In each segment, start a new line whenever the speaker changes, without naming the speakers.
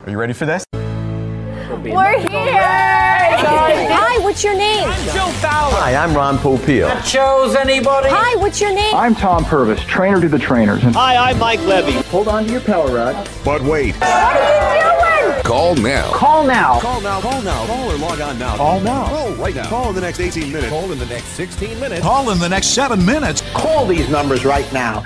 Are you ready for this?
We're here! Hi, what's your name?
Joe Fowler.
Hi, I'm Ron Popeil.
Chose anybody?
Hi, what's your name?
I'm Tom Purvis, trainer to the trainers. And
Hi, I'm Mike Levy.
hold on to your power rod.
But wait,
What are you doing?
call now.
Call now.
Call now, call now, call or log on now.
Call now.
Call right now. Call in the next 18 minutes.
Call in the next 16 minutes.
Call in the next seven minutes.
Call these numbers right now.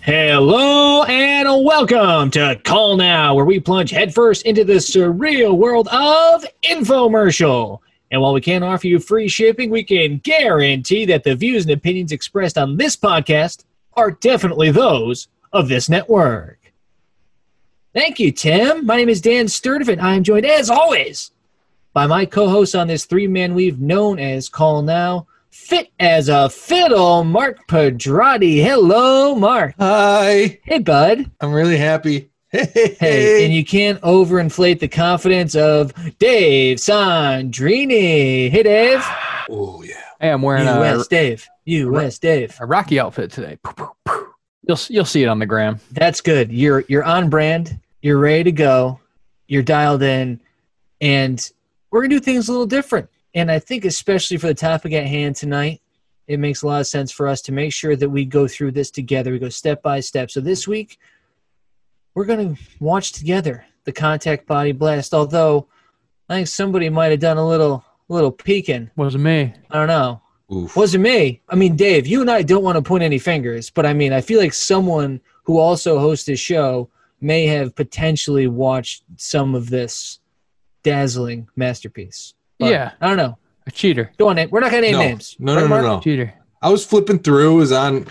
Hello and welcome to Call Now, where we plunge headfirst into the surreal world of infomercial. And while we can't offer you free shipping, we can guarantee that the views and opinions expressed on this podcast are definitely those of this network. Thank you, Tim. My name is Dan Sturdivant. I am joined, as always, by my co host on this three man weave known as Call Now, fit as a fiddle, Mark Pedrati. Hello, Mark.
Hi.
Hey, bud.
I'm really happy. Hey,
Hey, and you can't overinflate the confidence of Dave Sandrini. Hey, Dave.
oh, yeah.
Hey, I'm wearing a,
U.S. Dave. U.S. Dave.
a Rocky outfit today. Poo, poo, poo. You'll s- you'll see it on the gram.
That's good. You're you're on brand. You're ready to go. You're dialed in, and we're gonna do things a little different. And I think especially for the topic at hand tonight, it makes a lot of sense for us to make sure that we go through this together. We go step by step. So this week, we're gonna watch together the Contact Body Blast. Although I think somebody might have done a little little peeking.
Wasn't me.
I don't know.
Oof.
Wasn't me. I mean, Dave, you and I don't want to point any fingers, but I mean, I feel like someone who also hosts this show may have potentially watched some of this dazzling masterpiece. But
Yeah.
I don't know.
A cheater.
Go on, Nate. We're not going to name
No.
names.
No,
Right,
no, no,
Mark?
no.
Cheater.
I was flipping through. It was on.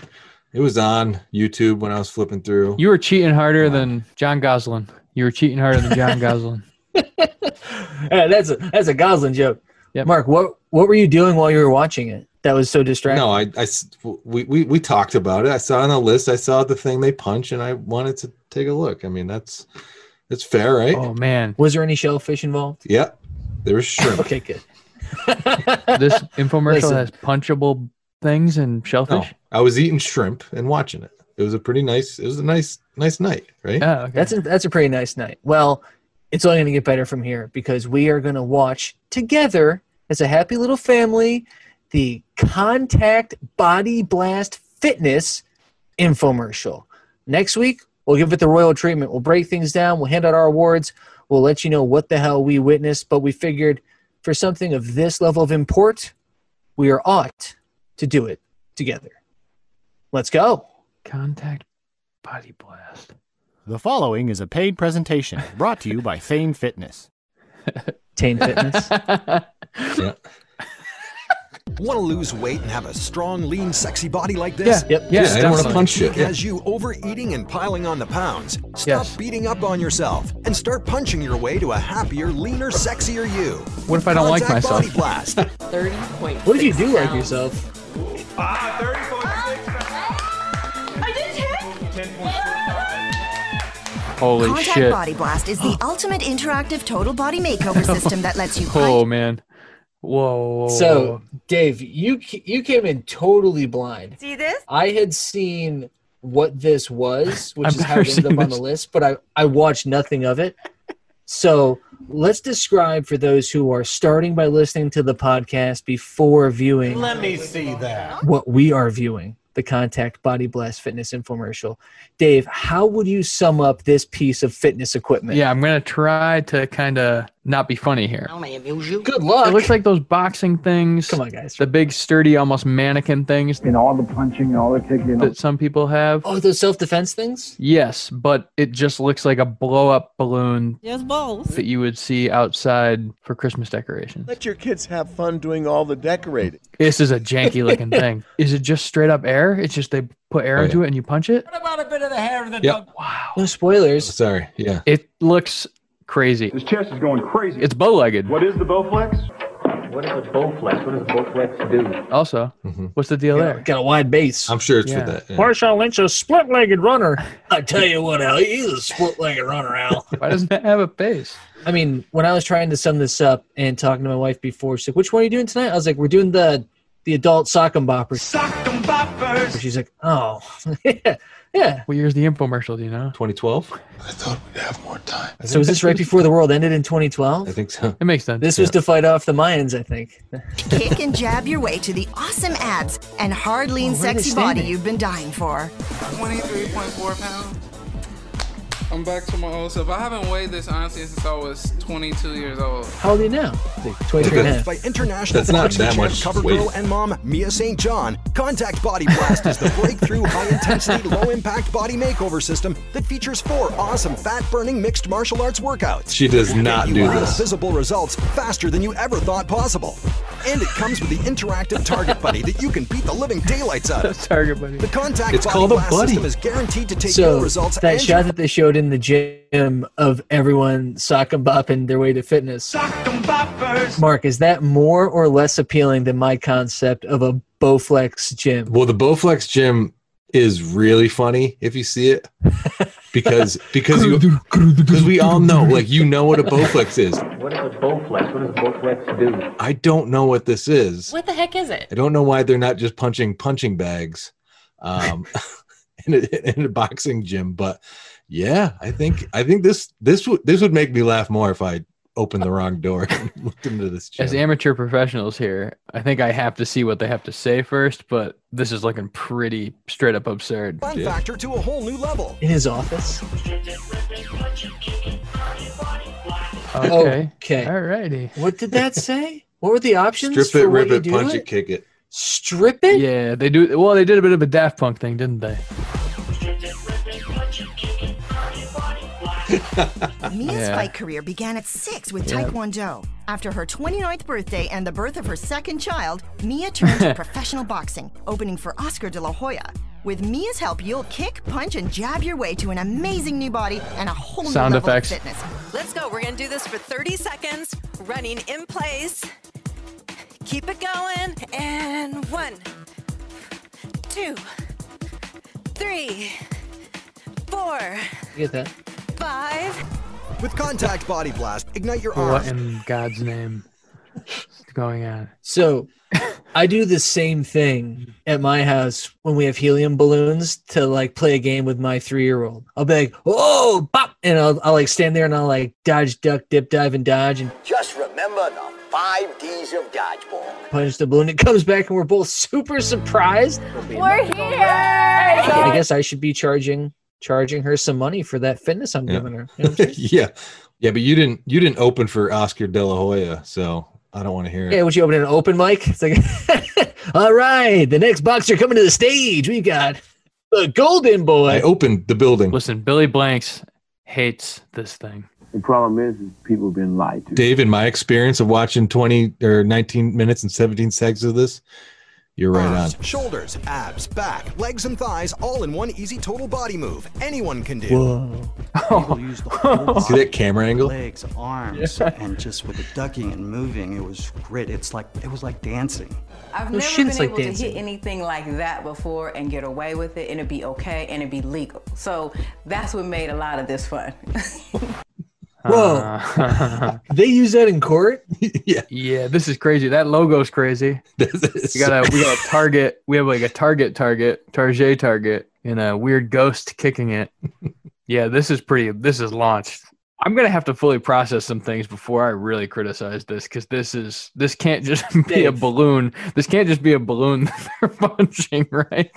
It was on YouTube when I was flipping through.
You were cheating harder than John Goslin. You were cheating harder than John Goslin.
Uh, that's, a, that's a Goslin joke.
Yep.
Mark, what, what were you doing while you were watching it that was so distracting?
no, I, I s- we, we, we talked about it. I saw it on the list. I saw the thing they punch, and I wanted to take a look. I mean, that's that's fair, right?
Oh man,
Was there any shellfish involved?
Yep. There was shrimp.
Okay, good.
this infomercial
Listen.
has punchable things and
No,
shellfish.
I was eating shrimp and watching it. It was a pretty nice. It was a nice, nice night, right?
Yeah. okay.
That's a, that's a pretty nice night. Well, it's only going to get better from here because we are going to watch together as a happy little family the Contact Body Blast Fitness infomercial. Next week, we'll give it the royal treatment. We'll break things down, we'll hand out our awards, we'll let you know what the hell we witnessed, but we figured for something of this level of import, we are ought to do it together. Let's go.
contact body blast.
The following is a paid presentation brought to you by Thane Fitness.
Tane Fitness.
Want to lose weight and have a strong, lean, sexy body like
yeah.
this?
Yep.
Yeah.
Yeah, I want to
definitely.
punch shit. Yeah.
Has you overeating and piling on the pounds? Stop
Yes.
beating up on yourself and start punching your way to a happier, leaner, sexier you.
What if I don't like
Contact
myself?
Body Blast.
What if you do like yourself?
Holy
Contact
shit.
Body Blast is the ultimate interactive total body makeover system that lets you punch,
Oh man. Whoa.
So, Dave, you ca- you came in totally blind.
See this?
I had seen what this was, which
I've
is how it
never
ended up
seen
on the
this.
list, but I I watched nothing of it. So, let's describe for those who are starting by listening to the podcast before viewing
Let me see that.
what we are viewing, the Contact Body Blast Fitness infomercial. Dave, how would you sum up this piece of fitness equipment?
yeah, I'm gonna try to kind of not be funny here.
Oh,
Good luck.
It looks like those boxing things.
Come on, guys.
the big sturdy almost mannequin things
And all the punching and all the kicking. And
that some people have
Oh, those self-defense things?
yes but it just looks like a blow up balloon
There's balls.
that you would see outside for christmas decorations
Let your kids have fun doing all the decorating.
this is a janky looking thing is it just straight up air it's just they put air
Oh,
into it and you punch it
What about a bit of the hair of the
Yep. Oh,
dog?
No spoilers.
Sorry. Yeah.
it looks crazy
His chest is going crazy.
it's bow-legged
what is the Bowflex?
also what's the deal there
Got a wide base.
Mm-hmm. I'm sure it's
Yeah.
for that. yeah.
Marshawn Lynch a split-legged runner. I tell you what, Al, he's a split-legged runner, Al.
why doesn't it have a face
I mean, when I was trying to sum this up and talking to my wife before, she's like, "Which one are you doing tonight?" I was like, "We're doing the the adult sock and bopper."
Sock 'em,
So she's like, oh, yeah, yeah.
What year's the infomercial? Do you know?
2012.
So is this right before the world ended in 2012?
I think so.
It makes sense.
This was to fight off the Mayans, I think.
Kick and jab your way to the awesome abs and hard,
Oh,
lean,
where are they
sexy body
standing?
you've been dying for.
23.4 pounds. I'm back to my old self. I haven't weighed this honestly since I was 22 years old.
How old are you now? Like 23 and a half.
By international
That's not
boxing
that
champ
much
cover
weight.
girl and mom Mia St. John, Contact Body Blast is the breakthrough high intensity, low impact body makeover system that features four awesome fat burning mixed martial arts workouts.
She does not
you
do
real
this.
visible results faster than you ever thought possible. And it comes with the interactive target buddy that you can beat the living daylights out of.
Target buddy.
The Contact
It's
Body
called a
Blast
buddy.
system is guaranteed to take your
So
results
that
and your
shot that they showed in the gym of everyone sock and bopping their way to fitness. Mark, is that more or less appealing than my concept of a Bowflex gym?
Well, the Bowflex gym is really funny if you see it because because you because we all know like you know what a Bowflex is.
What is a Bowflex? What does a Bowflex do?
I don't know what this is.
What the heck is it?
I don't know why they're not just punching punching bags um, in, a, in a boxing gym, but yeah, I think I think this this would this would make me laugh more if I opened the wrong door and looked into this gym.
As amateur professionals here, I think I have to see what they have to say first, but this is looking pretty straight up absurd.
fun
Yeah.
factor to a whole new level.
In his office?
Okay.
Okay.
Alrighty.
What did that say? What were the options?
Strip it,
for what
rip
you
it,
do
punch
it?
it, kick it.
Strip it?
Yeah, they do. Well, they did a bit of a Daft Punk thing, didn't they?
Mia's
Yeah.
fight career began at six with
Yeah.
Taekwondo. After her 29th birthday and the birth of her second child, Mia turned to professional boxing, opening for Oscar de la Hoya. With Mia's help, you'll kick, punch, and jab your way to an amazing new body and a whole
Sound
new level
effects.
of fitness.
Let's go. We're going to do this for 30 seconds, running in place. Keep it going. And one, two, three, four,
You get that?
five.
With Contact Body Blast, ignite your
What
Ah.
arms.
in God's name is going on?
So I do the same thing at my house when we have helium balloons to like play a game with my three year old. I'll be like, oh, pop. And I'll, I'll like stand there and I'll like dodge, duck, dip, dive, and dodge and
Just remember the five D's of dodgeball.
punch the balloon. It comes back and we're both super surprised.
We're here.
I guess I should be charging charging her some money for that fitness I'm
Yeah.
giving her. You know what I'm saying?
yeah, yeah, but you didn't you didn't open for Oscar De La Hoya, so I don't want to hear it.
Yeah, would you open an open mic? It's like, all right, the next boxer coming to the stage. We got the Golden
I
Boy.
opened the building.
Listen, Billy Blanks hates this thing.
The problem is, is people have been lied to.
Dave, in my experience of watching 20 or 19 minutes and 17 seconds of this, you're right on.
Arms, shoulders, abs, back, legs, and thighs, all in one easy total body move. Anyone can do.
Whoa.
People use the
Ah.
whole
See that camera angle?
legs, arms, and just with the ducking and moving, it was great. It's like it was like dancing.
I've
Those
never
shins
been
like
able to
dancing.
hit anything like that before and get away with it and it'd be okay and it'd be legal. So that's what made a lot of this fun.
Whoa.
Uh,
They use that in court?
yeah.
yeah, this is crazy. That logo's crazy.
This is-
We got a we got a target. We have like a target, target, target, target, and a weird ghost kicking it. Yeah, this is pretty. This is launched. I'm gonna have to fully process some things before I really criticize this because this is this can't just be a
Dave.
balloon. This can't just be a balloon that they're punching, right?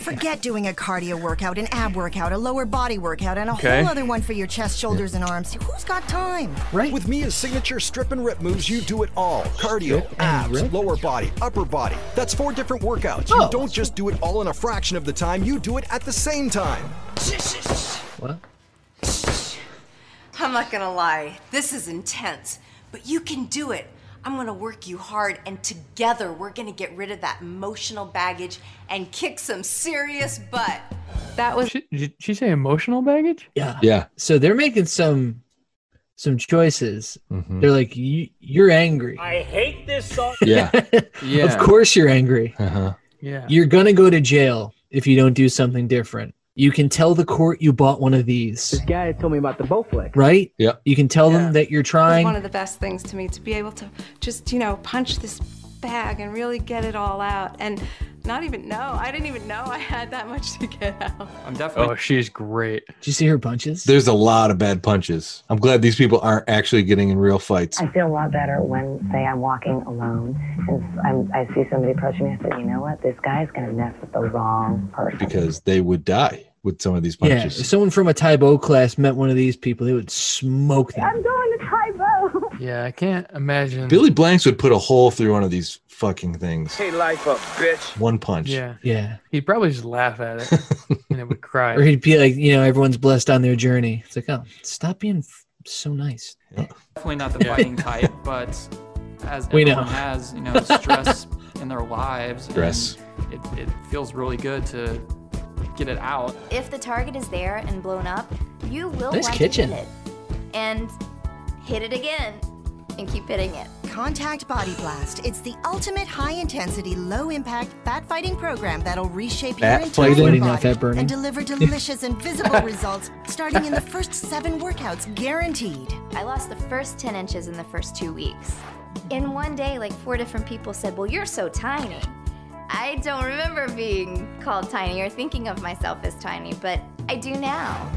Forget doing a cardio workout, an ab workout, a lower body workout, and a
Okay.
whole other one for your chest, shoulders, and arms. Who's got time?
Right.
With Mia's signature strip and rip moves, you do it all. Cardio, abs, lower body, upper body. That's four different workouts.
Oh.
You don't just do it all in a fraction of the time, you do it at the same time.
What?
I'm not gonna lie, this is intense, but you can do it. I'm gonna work you hard, and together we're gonna get rid of that emotional baggage and kick some serious butt. That was
She, did she say emotional baggage?
Yeah.
yeah.
So they're making some some choices.
Mm-hmm.
They're like, you, you're angry.
Yeah.
Yeah.
Of course you're angry.
Uh-huh.
Yeah.
You're gonna go to jail if you don't do something different. You can tell the court you bought one of these,
guy told me about the Bowflex.
right?
Yep.
You can tell them that you're
one
trying.
of the best things to me to be able to just, you know, punch this bag and really get it all out and not even know. I didn't even know I had that much to get out.
I'm definitely. Oh, she's great.
Did you see her punches?
There's a lot of bad punches. I'm glad these people aren't actually getting in real fights.
I feel a lot better when, say, I'm walking alone and I'm, I see somebody approaching me. I said, you know what? This guy's going to mess with the wrong person.
because they would die with some of these
Yeah,
punches.
if someone from a Taibo class met one of these people, they would smoke them.
I'm going to Tybo.
Yeah, I can't imagine.
Billy Blanks would put a hole through one of these fucking things.
Hey, life up, bitch.
One punch.
Yeah.
Yeah.
He'd probably just laugh at it and it would cry.
Or he'd be like, you know, everyone's blessed on their journey. It's like, oh, stop being f- so nice. Eh,
Definitely not the fighting type, but as
We know.
everyone has, you know, stress in their lives. and
Stress.
It, it feels really good to get it out.
If the target is there and blown up, you will
Nice
want
kitchen.
to hit it and hit it again and keep hitting it.
Contact Body Blast. It's the ultimate high intensity, low impact fat fighting program that'll reshape
Fat
your entire
fighting?
body
Not fat burning.
and deliver delicious and visible results starting in the first seven workouts, guaranteed.
I lost the first 10 inches in the first two weeks. In one day, like four different people said, Well, you're so tiny. I don't remember being called tiny or thinking of myself as tiny, but I do now.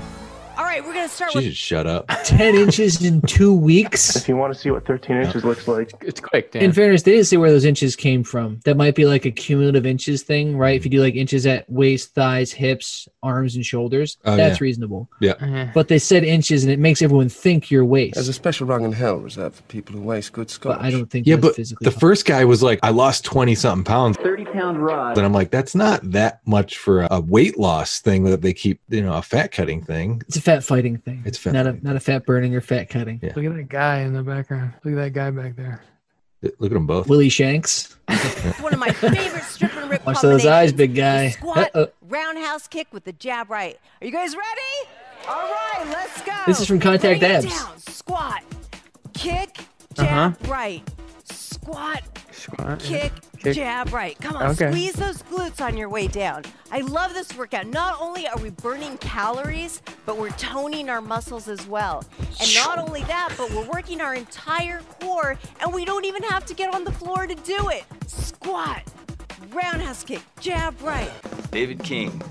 All right, we're gonna start
She should shut up.
10 inches in two weeks. If
you want to see what 13 inches looks like,
it's quick,
In fairness, they didn't say where those inches came from. That might be like a cumulative inches thing, right? If you do like inches at waist, thighs, hips, arms, and shoulders,
Oh,
that's
yeah.
reasonable.
Yeah.
But they said inches, and it makes everyone think your waist.
There's a special rung in hell reserved for people who waste good scotch.
But I don't think
Yeah,
that's
but
physically
the first guy was like, I lost 20 something pounds.
30 pound rod.
And I'm like, that's not that much for a- a weight loss thing that they keep, you know, a fat cutting thing.
It's a fat fighting thing.
It's fat
not a not a fat burning or fat cutting.
Look at that guy in the background. Look at that guy back there.
Look at them both.
Willie Shanks.
One of my favorite strip and rip
Watch those eyes,
combinations.
big guy.
Squat,
Uh-oh.
roundhouse kick with the jab right. Are you guys ready? All right, let's go.
This is from Contact
Bring it
Abs.
down. Squat, kick,
Uh-huh.
jab right. Squat,
Squat.
kick, jab right. Come on,
Okay.
squeeze those glutes on your way down. I love this workout. Not only are we burning calories, but we're toning our muscles as well. And not only that, but we're working our entire core, and we don't even have to get on the floor to do it. Squat, roundhouse kick, jab right.
David King,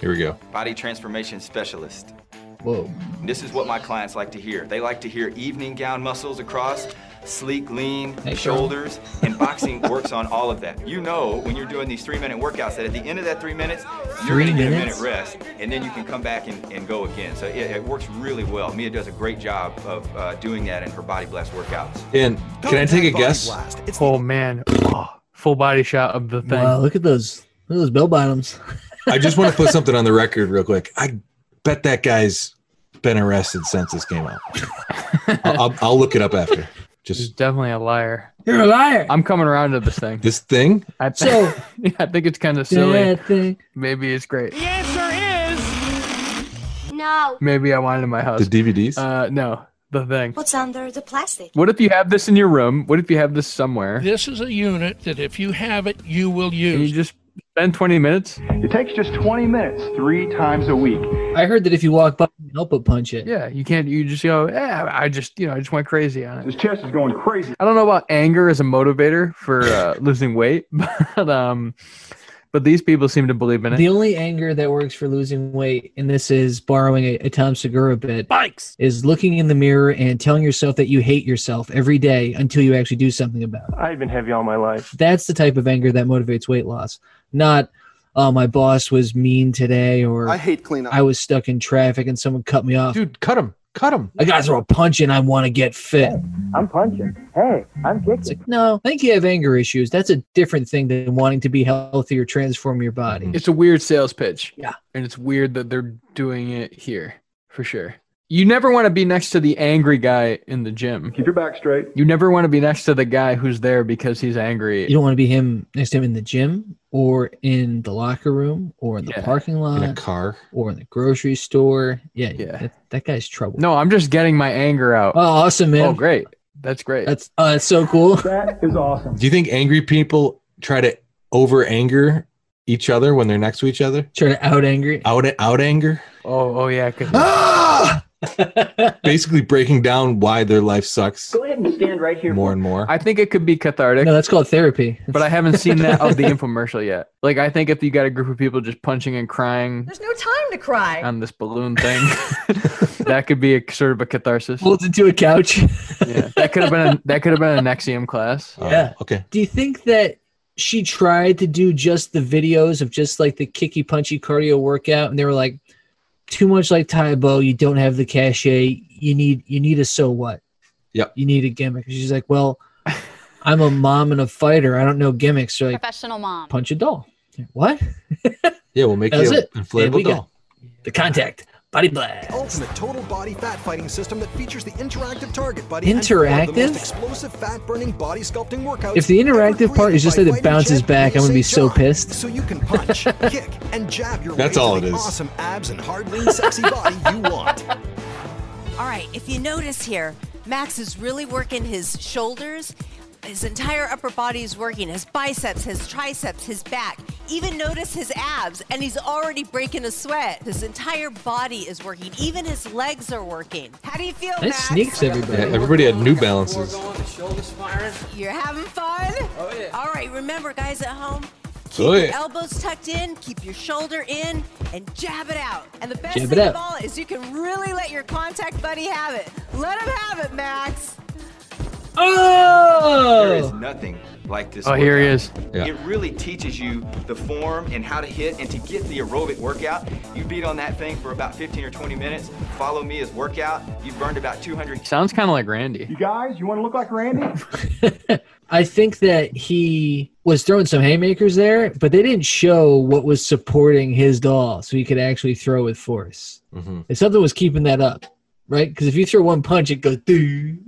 Here we go.
body transformation specialist.
Whoa.
This is what my clients like to hear. They like to hear evening gown muscles across, sleek, lean
Hey, girl.
shoulders, and boxing works on all of that. You know when you're doing these three minute workouts that at the end of that three minutes, you're
Three
gonna get a
minutes?
minute rest, and then you can come back and, and go again. So it, it works really well. Mia does a great job of uh, doing that in her Body Blast workouts.
And can I take a guess?
Oh, man. Oh, full body shot of the thing.
Wow, look at those look at those bell bottoms.
I just want to put something on the record real quick. I bet that guy's been arrested since this came out. I'll, I'll, I'll look it up after.
He's
Just
definitely a liar.
You're a liar.
I'm coming around to this thing.
this thing.
I, th-
So-
yeah, I think it's kind of silly.
That thing.
Maybe it's great.
The answer is no.
Maybe I want it in my house.
The DVDs?
Uh, no, the thing.
What's under the plastic?
What if you have this in your room? What if you have this somewhere?
This is a unit that if you have it, you will
Can you
use.
just spend 20 minutes?
It takes just 20 minutes three times a week.
I heard that if you walk by, you can help but punch it.
Yeah, you can't. You just go. Yeah, I just you know I just went crazy on it.
His chest is going crazy.
I don't know about anger as a motivator for uh, losing weight, but um, but these people seem to believe in it.
The only anger that works for losing weight, and this is borrowing a, a Tom Segura bit,
bikes
is looking in the mirror and telling yourself that you hate yourself every day until you actually do something about it.
I've been heavy all my life.
That's the type of anger that motivates weight loss, not oh my boss was mean today or
I hate cleanup.
I was stuck in traffic and someone cut me off.
Dude, cut him, cut him.
I gotta throw a punch and I want to get fit.
I'm punching. Hey, I'm
It's
kicking.
like, no, I think you have anger issues. That's a different thing than wanting to be healthy or transform your body.
It's a weird sales pitch.
Mm. Yeah.
And it's weird that they're doing it here for sure. You never want to be next to the angry guy in the gym.
Keep your back straight.
You never want to be next to the guy who's there because he's angry.
You don't want to be him next to him in the gym or in the locker room or in the
Yeah.
parking lot
car.
or in the grocery store. Yeah, That, that guy's trouble.
No, I'm just getting my anger out.
Oh, awesome, man.
Oh, great. That's great.
That's uh, that's so cool.
That is awesome.
Do you think angry people try to over anger each other when they're next to each other?
Try to out angry.
Out out anger. Ah!
Oh, oh yeah. I could-
Basically breaking down why their life sucks
Go ahead and stand right here.
more and more.
I think it could be cathartic. No,
that's called therapy.
But I haven't seen that of the infomercial yet. Like, I think if you got a group of people just punching and crying
There's no time to cry.
Um,
on this balloon thing, that could be a sort of a catharsis.
Pulled into a couch.
yeah, that could have been a, that could have been an Nexium class.
Yeah.
okay.
Do you think that she tried to do just the videos of just like the kicky punchy cardio workout and they were like too much like Tybo, you don't have the cachet, you need you need a so what?
Yep.
You need a gimmick. She's like, Well, I'm a mom and a fighter. I don't know gimmicks. So like
Professional mom.
punch a doll. What?
Yeah, we'll make
That's
you
it.
an inflatable
we got
doll.
The contact. Body blast.
Ultimate total body fat fighting system that features the interactive target buddy. And four of the
Interactive?
most explosive fat burning body sculpting workouts.
If the interactive part is just that it bounces back, I'm gonna be so pissed.
So you can punch, kick, and jab your
That's
way
all
to
it is.
the awesome abs and hard lean sexy body you want.
All right, if you notice here, Max is really working his shoulders. His entire upper body is working his biceps, his triceps, his back. Even notice his abs, and he's already breaking a sweat. His entire body is working. Even his legs are working. How do you feel,
Nice
Max?
sneaks, everybody. Yeah, everybody had New Balances.
You're having fun? Oh, yeah. All right, remember, guys at home, keep
Oh,
your
yeah.
elbows tucked in, keep your shoulder in, and jab it out. And the best
Jab it
thing of
out.
all is you can really let your contact buddy have it. Let him have it, Max.
Oh!
There is nothing like this.
Oh, here he is.
It really teaches you the form and how to hit and to get the aerobic workout. You beat on that thing for about 15 or 20 minutes. Follow me as workout. You've burned about 200
Sounds kind of like Randy.
You guys, you want to look like Randy?
I think that he was throwing some haymakers there, but they didn't show what was supporting his doll so he could actually throw with force.
Mm-hmm.
And something was keeping that up, right? Because if you throw one punch, it goes boo,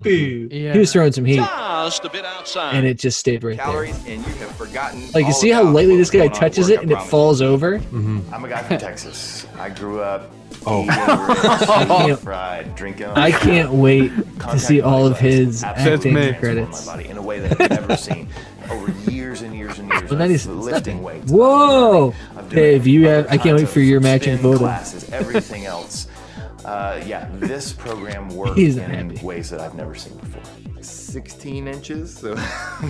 boo.
Mm-hmm.
He was throwing some heat,
Just a bit outside.
and it just stayed right there.
Calories, and you have forgotten.
Like, you
all
see how
about
lightly
what
this
was
guy
going on at
touches
work,
it
I
and it
promise.
falls over?
I'm a guy from Texas. I grew up
Oh.
eating ribs,
Yep.
fried, drinking.
Oh. I can't wait to see all of his
Absolutely
acting
transformed
credits.
My body in a way that I've never seen over years and years and years.
Well, that
of
is-
lifting weights,
Whoa! Dave, you have. I can't wait for your match in
spin
Voda.
classes, everything else. Uh, yeah, this program worked
He's
in
not
ways that I've never seen before. 16 inches, so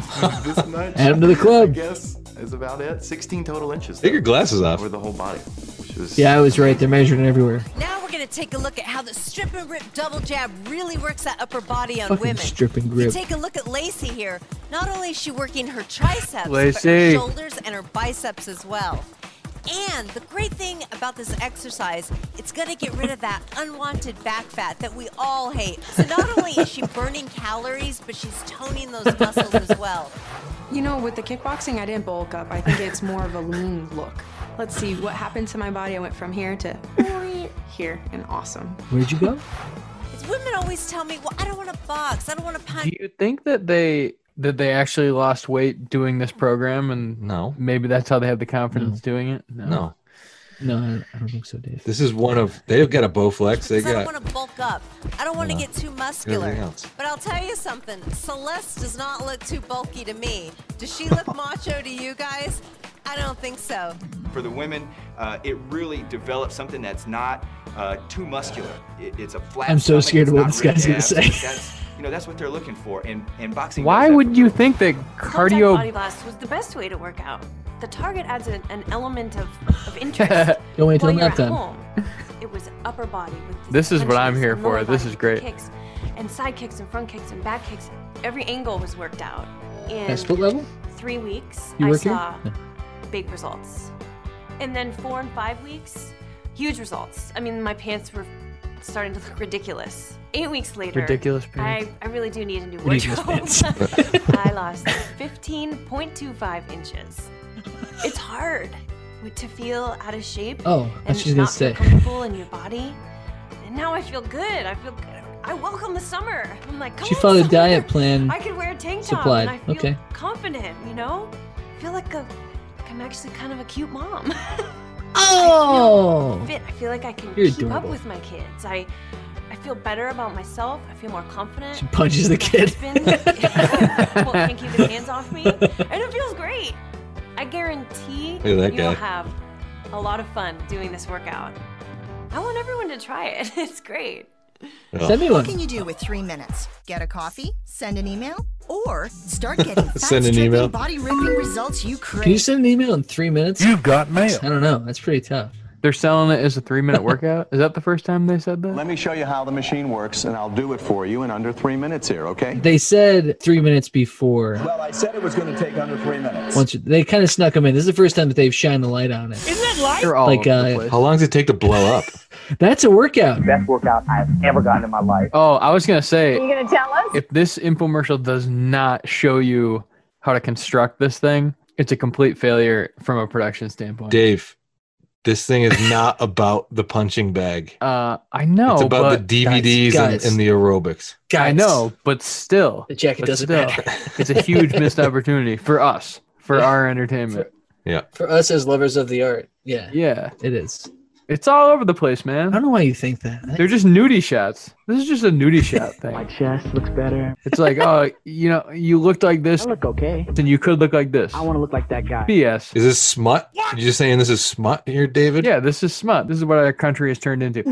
this much.
Add 'em to the club.
I guess is about it. 16 total inches.
Take your glasses off.
Over the whole body, which was
Yeah, I was right. They're measuring everywhere.
Now we're going to take a look at how the strip and rip double jab really works that upper body on
Fucking
women.
strip and
If
grip.
You take a look at Lacey here. Not only is she working her triceps, but her
Lacey.
shoulders and her biceps as well. And the great thing about this exercise, it's going to get rid of that unwanted back fat that we all hate. So not only is she burning calories, but she's toning those muscles as well.
You know, with the kickboxing, I didn't bulk up. I think it's more of a lean look. Let's see what happened to my body. I went from here to here and awesome.
Where'd you go?
It's women always tell me, well, I don't want to box. I don't want to punch.
Do you think that they that they actually lost weight doing this program and
no
maybe that's how they had the confidence doing it
No.
No, I- I don't think so, Dave.
This is one of they've got a Bowflex. They
Because I don't
got
want to bulk up. I don't want to
No.
get too muscular.
Everything else.
But I'll tell you something. Celeste does not look too bulky to me. Does she look macho to you guys? I don't think so.
For the women, uh, it really develops something that's not uh, too muscular. It, it's a flat.
I'm so
stomach,
scared
it's
of what
not
this guy's
ribbed
gonna
abs,
say.
but That's, you know, that's what they're looking for. And and boxing.
why would you think that
body
cardio
blast was the best way to work out. The target adds an, an element of, of interest.
Don't wait till
while you're
nap
at
time.
home. It was upper body with
This is what I'm
punches,
here
and
for.
lower
This
body
is great.
Kicks and side kicks and front kicks and back kicks. Every angle was worked out. In
At split level?
Three weeks,
You
I
work here?
saw big results, and then four and five weeks, huge results. I mean, my pants were starting to look ridiculous. Eight weeks later,
Ridiculous pants.
I, I really do need a new
Ridiculous
wardrobe.
pants.
I lost 15.25 inches. It's hard to feel out of shape.
Oh, that's
and
what she's gonna
not feel
say.
comfortable in your body. And now I feel good. I feel good. I welcome the summer. I'm like, come
She
on,
followed a
summer.
diet plan
I could wear a tank top
supplied.
and I feel
Okay.
confident. You know, I feel like a, like I'm actually kind of a cute mom.
Oh!
fit. I feel like I can
You're
keep up
adorable.
with my kids. I I feel better about myself. I feel more confident.
She punches the
My
kid.
husband, well, can't keep his hands off me, and it feels great. I guarantee
Look at that
you'll
guy.
have a lot of fun doing this workout.
I want everyone to try it. It's great.
Send me one.
What can you do with three minutes? Get a coffee, send an email, or start getting
Send an email.
body ripping results you crave.
Can you send an email in three minutes? You've got mail. I don't know. That's pretty tough.
They're selling it as a three minute workout. Is that the first time they said that?
Let me show you how the machine works, and I'll do it for you in under three minutes here, okay?
They said three minutes before.
Well, I said it was going to take under three minutes.
Once they kind of snuck them in. This is the first time that they've shined the light on it.
Isn't it
They're all Like, over the uh, place.
How long does it take to blow up?
That's a workout.
Best workout I've ever gotten in my life. Oh, I was gonna say.
gonna tell us?
if this infomercial does not show you how to construct this thing, it's a complete failure from a production standpoint.
Dave, this thing is not about the punching bag.
Uh, I know.
it's about
but-
the DVDs and, and the aerobics.
I know, but still, the
jacket doesn't matter.
it's a huge missed opportunity for us, for our entertainment.
Yeah.
For us as lovers of the art. Yeah.
Yeah,
it is.
It's all over the place, man. I don't
know why you think that.
They're just nudie shots. This is just a nudie shot thing. My chest looks better. It's like, oh, you know, you looked like this. I look okay. And you could look like this. I want to look like that guy. BS.
Is this smut? You're just saying this is smut here, David?
Yeah, this is smut. This is what our country has turned into.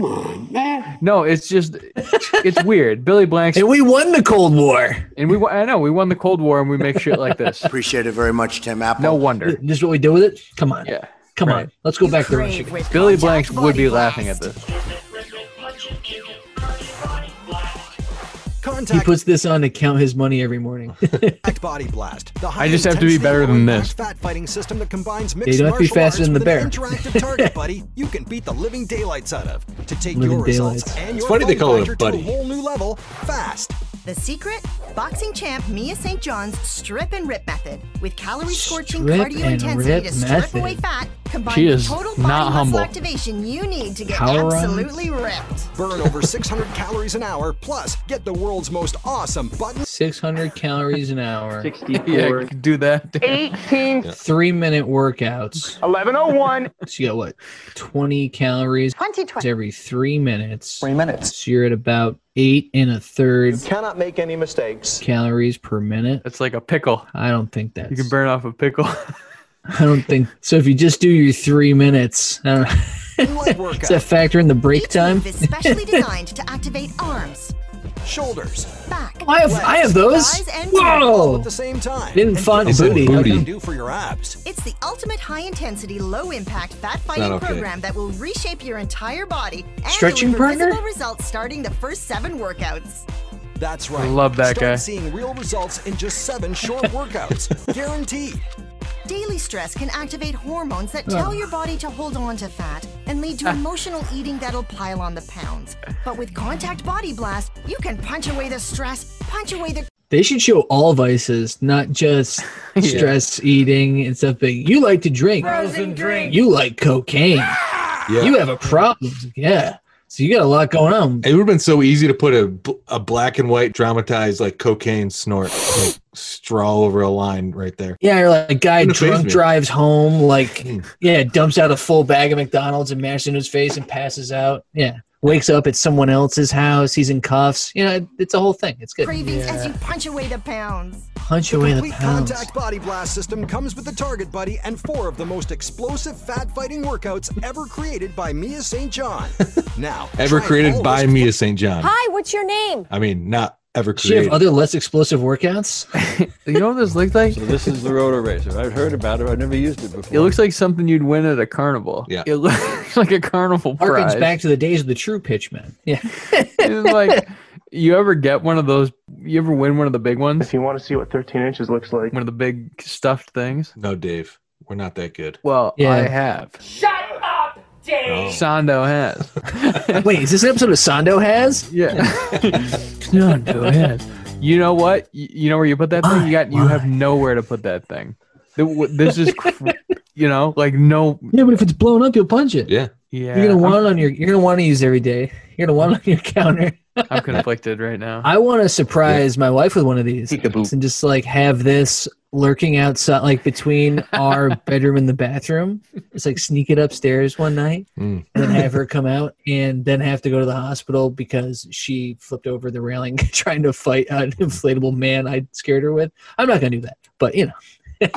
no, it's just, it's weird. Billy Blanks. And
we won the Cold War.
And we, won- I know, we won the Cold War, and we make shit like this. Appreciate it very much, Tim Apple. No wonder.
This is what we do with it? Come on.
Yeah.
Come on. Let's go back to Russia.
Billy Blanks would be laughing at this.
He puts this on to count his money every morning.
Act Body Blast. The
I just have to be better than this.
fat fighting system that combines
Yeah,
mixed
you don't have to be
martial arts
faster than
with
the
an
bear.
interactive target, buddy. You can beat the living daylights out of to take
Living
your results
daylights.
and
It's
your
funny they
phone
call it a
finder to
buddy.
whole new level fast.
The secret? Boxing champ Mia St. John's strip and rip method with calorie scorching
Strip
cardio
and
intensity
rip
to strip
method.
away fat, combined
She
with
is
total body
not
muscle
humble.
activation you need to get
Power runs.
absolutely ripped.
Burn over 600 calories an hour, plus get the world's most awesome button.
600 calories an hour.
64. do that.
18. Three minute workouts. 1101. So you got what? 20 calories.
20.
Every three minutes. Three
minutes.
So you're at about eight and a third
Cannot make any mistakes.
calories per minute.
It's like a pickle.
I don't think that's.
You can burn off a pickle.
I don't think so. If you just do your three minutes, I don't know. does that factor in the break time?
Move is specially designed to activate arms,
shoulders,
back.
I have- I have those?
thighs, and
Whoa!
At the same time.
Didn't find They said booty. booty.
What it can do for your abs.
It's the ultimate high intensity, low impact fat fighting
okay.
program that will reshape your entire body and
Stretching
deliver
partner?
visible results starting the first seven workouts.
That's
I
right.
love that
Start
guy.
seeing real results in just seven short workouts. Guaranteed.
Daily stress can activate hormones that
Oh.
tell your body to hold on to fat and lead to emotional eating that'll pile on the pounds. But with Contact Body Blast, you can punch away the stress, punch away the
They should show all vices, not just stress eating and stuff. But you like to drink.
Frozen drink.
You like cocaine. You have a problem. Yeah. So you got a lot going on.
It would have been so easy to put a, bl- a black and white dramatized like cocaine snort like, straw over a line right there.
Yeah, you're like a guy
Wouldn't
drunk
faze me.
drives home, like yeah, dumps out a full bag of McDonald's and mashes it in his face and passes out. Yeah. Wakes up at someone else's house, he's in cuffs. You know, it- it's a whole thing. It's good.
cravings as you punch away the pounds.
Punch away the
complete
pounds.
contact body blast system comes with the target buddy and four of the most explosive fat fighting workouts ever created by Mia St. John. now,
Ever
try
Oh,
created
all
by Mia St. John.
Hi, what's your name?
I mean, not ever
Does she have
created.
other less explosive workouts?
you know what this looks like?
So this is the rotor racer. I've heard about it. I've never used it before.
It looks like something you'd win at a carnival.
Yeah.
It looks like a carnival prize.
Harkens back to the days of the true pitchman. Yeah.
It's like you ever get one of those you ever win one of the big ones?
If you want to see what 13 inches looks like.
One of the big stuffed things.
No, Dave. We're not that good.
Well,
Yeah.
I have.
Shut up, Dave!
Sando has.
Wait, is this an episode of Sando has?
Yeah.
Sando has.
You know what? You, you know where you put that thing? You got you have nowhere to put that thing. Th- w- This is cr- you know, like no
Yeah, but if it's blown up, you'll punch it.
Yeah.
Yeah.
You're gonna want it on your you're gonna want to use every day. You're gonna want it on your counter.
I'm conflicted right now.
I want to surprise my wife with one of these and just like have this lurking outside, like between our bedroom and the bathroom. It's like sneak it upstairs one night
Mm.
and then have her come out and then have to go to the hospital because she flipped over the railing trying to fight an inflatable man I scared her with. I'm not gonna do that, but you know,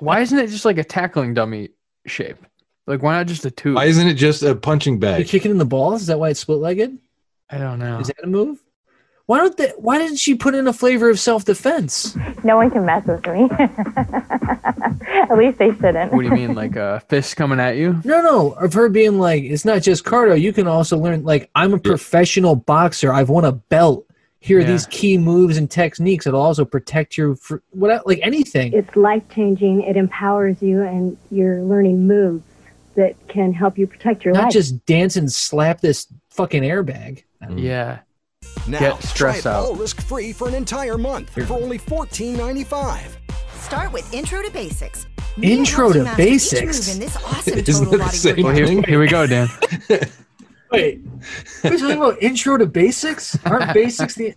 Why isn't it just like a tackling dummy shape? Like, why not just a two?
Why isn't it just a punching
You're
bag?
kicking in the balls. Is that why it's split legged?
I don't know.
Is that a move? Why don't they? Why didn't she put in a flavor of self defense?
No one can mess with me. At least they shouldn't.
What do you mean, like a fist coming at you?
No, no, of her being like, it's not just Cardo. You can also learn. Like, I'm a professional boxer. I've won a belt. Here are
Yeah.
these key moves and techniques that'll also protect your fr- what, like anything.
It's life changing. It empowers you, and you're learning moves that can help you protect your
not
life.
just dance and slap this fucking airbag.
Yeah.
Now,
Get stress
try it all
out.
risk-free for an entire month for only $14.95.
Start with Intro to Basics. Mia
Intro
helps you
to
master each move
basics.
in this awesome total body
Well, here, here we go, Dan.
Wait, we're talking about intro to basics. Aren't basics the?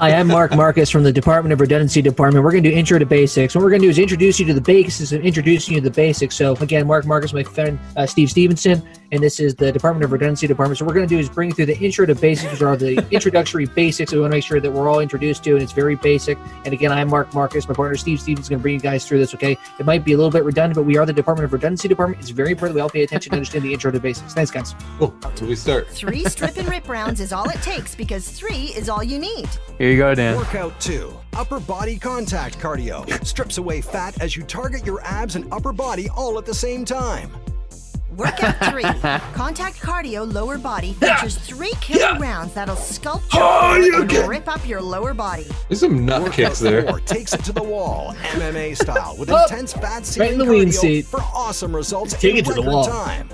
Hi, I'm Mark Marcus from the Department of Redundancy Department. We're going to do intro to basics. What we're going to do is introduce you to the basics and introducing you to the basics. So again, Mark Marcus, my friend uh, Steve Stevenson, and this is the Department of Redundancy Department. So what we're going to do is bring you through the intro to basics, which are the introductory basics. that We want to make sure that we're all introduced to, and it's very basic. And again, I'm Mark Marcus. My partner Steve Stevenson's going to bring you guys through this. Okay, it might be a little bit redundant, but we are the Department of Redundancy Department. It's very important that we all pay attention to understand the intro to basics. Thanks, guys.
Cool. So we start.
Three strip and rip rounds is all it takes because three is all you need.
Here you go, Dan.
Workout 2 Upper Body Contact Cardio strips away fat as you target your abs and upper body all at the same time.
Workout three. Contact cardio lower body features three killer rounds that'll sculpt your
Oh,
core and rip up your lower body.
There's some nut kicks there.
Four takes it to the wall, MMA style, with
Oh,
intense fat
right in
ceiling
the lean
cardio
seat.
for awesome results
Take
in
it to the
record
wall.
time.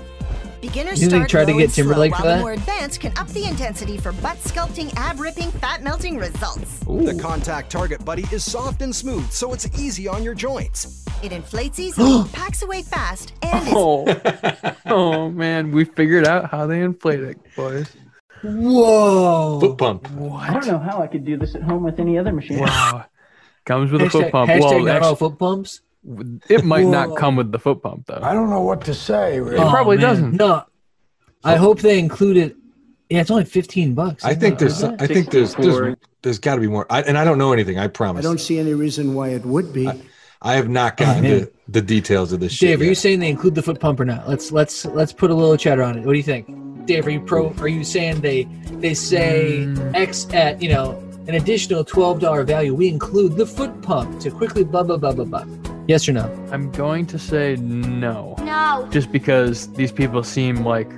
Beginners
You think
start
try to
low
get
and slow,
Timberlake
while
for
the
that?
more advanced can up the intensity for butt sculpting, ab ripping, fat melting results.
The contact target buddy is soft and smooth, so it's easy on your joints.
It inflates easily, packs away fast, and is
Oh. oh, man. We figured out how they inflate it, boys.
Whoa.
Foot pump.
I don't know how I could do this at home with any other machine.
Wow. Comes with a foot
Hashtag-
pump.
hashtag
well,
not
actually-
all
foot pumps.
It might
Whoa.
not come with the foot pump, though.
I don't know what to say.
It probably doesn't.
Oh, No, I hope they included. Yeah, it's only fifteen bucks.
I
isn't
think
it?
there's I think there's there's, there's got to be more. I, and I don't know anything. I
I
promise. I,
don't see any reason why it would be.
have not gotten
man.
the, the details of this
Dave,
shit.
are you
yet.
saying they include the foot pump or not? Let's let's let's put a little cheddar on it. What do you think, Dave? Are you pro? Are you saying they they say X at you know an additional twelve dollar value? We include the foot pump to quickly blah blah blah blah blah. Yes or no?
I'm going to say no.
No.
Just because these people seem like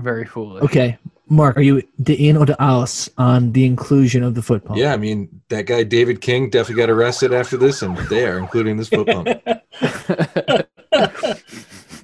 very foolish.
Okay, Mark, are you the in or the out on the inclusion of the foot pump?
Yeah, I mean that guy David King definitely got arrested after this, and they are including this foot pump.